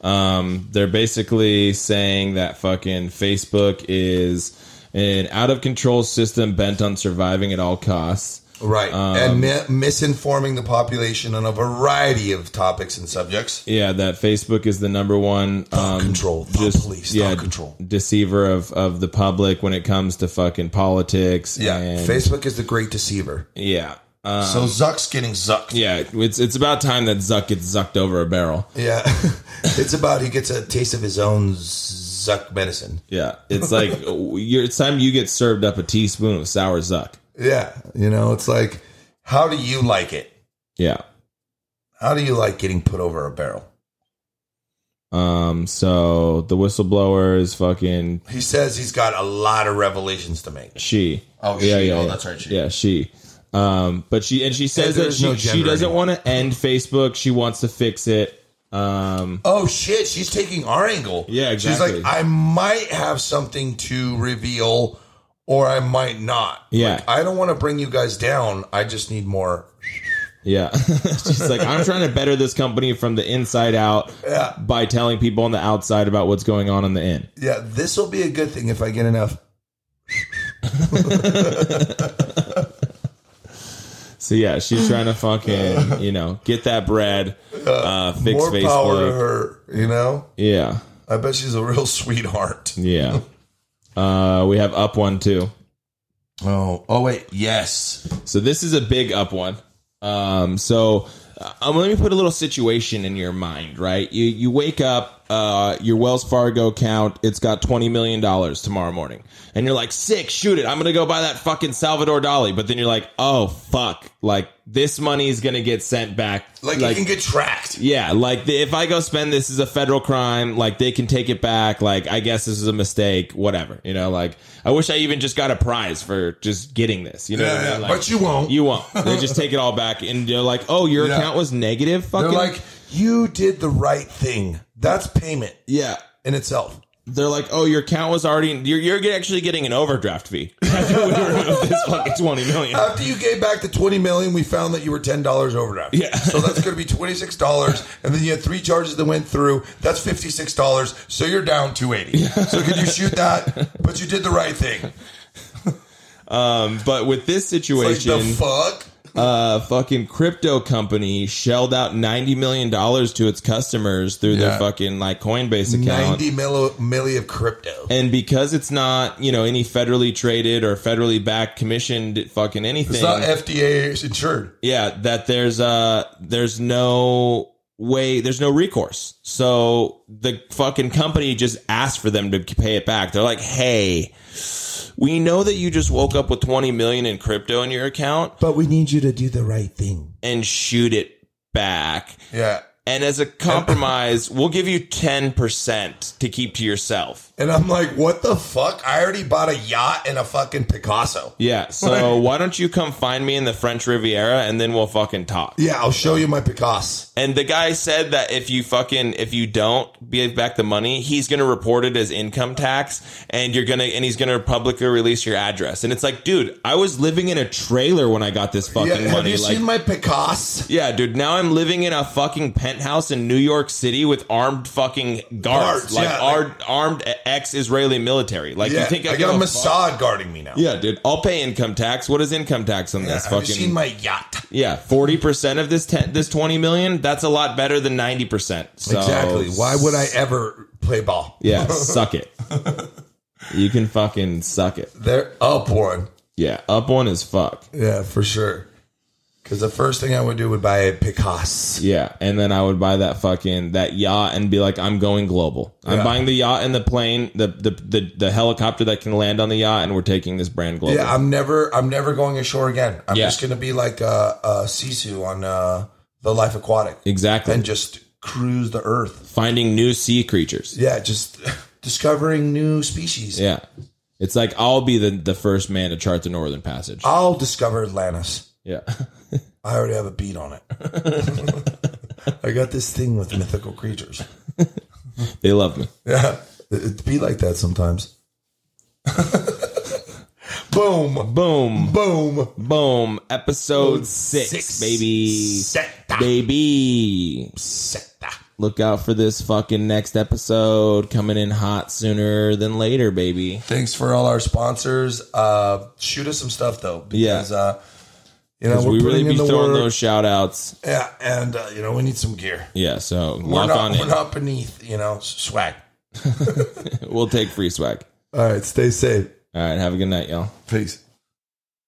Um, they're basically saying that fucking Facebook is an out of control system bent on surviving at all costs. Right. Um, and mi- misinforming the population on a variety of topics and subjects. yeah, that Facebook is the number one um, control, thought police, thought control. deceiver of of the public when it comes to fucking politics. Yeah. and- Facebook is the great deceiver. Yeah. Um, so Zuck's getting zucked. yeah, it's it's about time that Zuck gets zucked over a barrel. Yeah. it's about he gets a taste of his own Zuck medicine. Yeah, it's like you're, it's time you get served up a teaspoon of sour Zuck. Yeah. You know, it's like, how do you like it? Yeah. How do you like getting put over a barrel? Um. So the whistleblower is fucking He says he's got a lot of revelations to make. she. Oh, she. Oh, that's right, she. Yeah, she. Um. But she and she says there that is she, no she gender doesn't want to end Facebook. She wants to fix it. Um. Oh shit, she's taking our angle. Yeah, She's exactly. like, I might have something to reveal, or I might not. Yeah. I don't want to bring you guys down. I just need more. yeah. She's like, I'm trying to better this company from the inside out Yeah. by telling people on the outside about what's going on on the in. Yeah, this will be a good thing if I get enough. So yeah, she's trying to fucking you know get that bread. Uh, fix more Facebook. power to her. You know. Yeah. I bet she's a real sweetheart. Yeah. Uh, we have up one too. Oh, oh wait, yes. So this is a big up one. Um, so um, let me put a little situation in your mind, right? You you wake up, uh, your Wells Fargo account, it's got twenty million dollars tomorrow morning, and you're like, sick, shoot it, I'm gonna go buy that fucking Salvador Dali. But then you're like, oh fuck, like this money is gonna get sent back, Like, you can get tracked. yeah, like the, if I go spend this is a federal crime, like they can take it back. Like I guess this is a mistake, whatever. You know, like I wish I even just got a prize for just getting this. You know, what I Yeah, mean? yeah, Like, but you won't. You won't. They just take it all back, and they're like, "Oh, your Yeah. account was negative." Fucking They're like, you did the right thing. That's payment. Yeah. In itself. They're like, "Oh, your account was already you're you're actually getting an overdraft fee after we remove this fucking twenty million. After you gave back the twenty million, we found that you were ten dollars overdraft. Yeah. so that's going to be twenty six dollars, and then you had three charges that went through. That's fifty six dollars. So you're down two eighty. so could you shoot that? But you did the right thing. Um, but with this situation, It's like, uh, fucking crypto company shelled out ninety million dollars to its customers through Yeah. their fucking like Coinbase account. Ninety milli, milli of crypto. and because it's not, you know, any federally traded or federally backed commissioned fucking anything. It's not FDA insured. yeah, that there's uh there's no way there's no recourse. So the fucking company just asked for them to pay it back. They're like, "Hey, we know that you just woke up with 20 million in crypto in your account But we need you to do the right thing. and shoot it back." Yeah. And as a compromise, we'll give you 10% to keep to yourself. And I'm like, what the fuck? I already bought a yacht and a fucking Picasso. Yeah. So why don't you come find me in the French Riviera and then we'll fucking talk. Yeah, I'll show you my Picasso. And the guy said that if you fucking if you don't give back the money, he's gonna report it as income tax, and you're gonna and he's gonna publicly release your address. And it's like, dude, I was living in a trailer when I got this fucking Yeah, money. have you like, seen my Picasso? yeah, dude. Now I'm living in a fucking penthouse in New York City with armed fucking guards, Guards, like yeah, ar- armed ex-Israeli military. Like yeah, you think I, I got a give a fuck? Mossad guarding me now. Yeah, dude. I'll pay income tax. What is income tax on this? have fucking you seen my yacht? yeah, forty percent of this ten, this twenty million. That's a lot better than ninety percent. So, exactly. Why would I ever play ball? Yeah, suck it. You can fucking suck it. They're up one. Yeah, up one is fuck. Yeah, for sure. Because the first thing I would do would buy a Picasso. Yeah, and then I would buy that fucking that yacht and be like, I'm going global. I'm Yeah. buying the yacht and the plane, the the, the the helicopter that can land on the yacht, and we're taking this brand global. Yeah, I'm never, I'm never going ashore again. I'm Yeah. just gonna be like uh, uh, Sisu on uh, the Life Aquatic exactly. and just cruise the Earth. Finding new sea creatures. Yeah, just discovering new species. Yeah, it's like I'll be the the first man to chart the Northern Passage. I'll discover Atlantis. Yeah. I already have a beat on it. I got this thing with mythical creatures. They love me. Yeah, it- it'd be like that sometimes. Boom. Boom. Boom. Boom. Episode six, baby. Baby. Look out for this fucking next episode coming in hot sooner than later, baby. Thanks for all our sponsors. Uh, shoot us some stuff though, because Yeah. uh, you know Because we're we really putting be in the throwing work. those shout outs. yeah, and uh, you know we need some gear. Yeah, so we're lock not, on we're in. not beneath, you know, s- swag. we'll take free swag. All right, stay safe. All right, have a good night, y'all. Peace.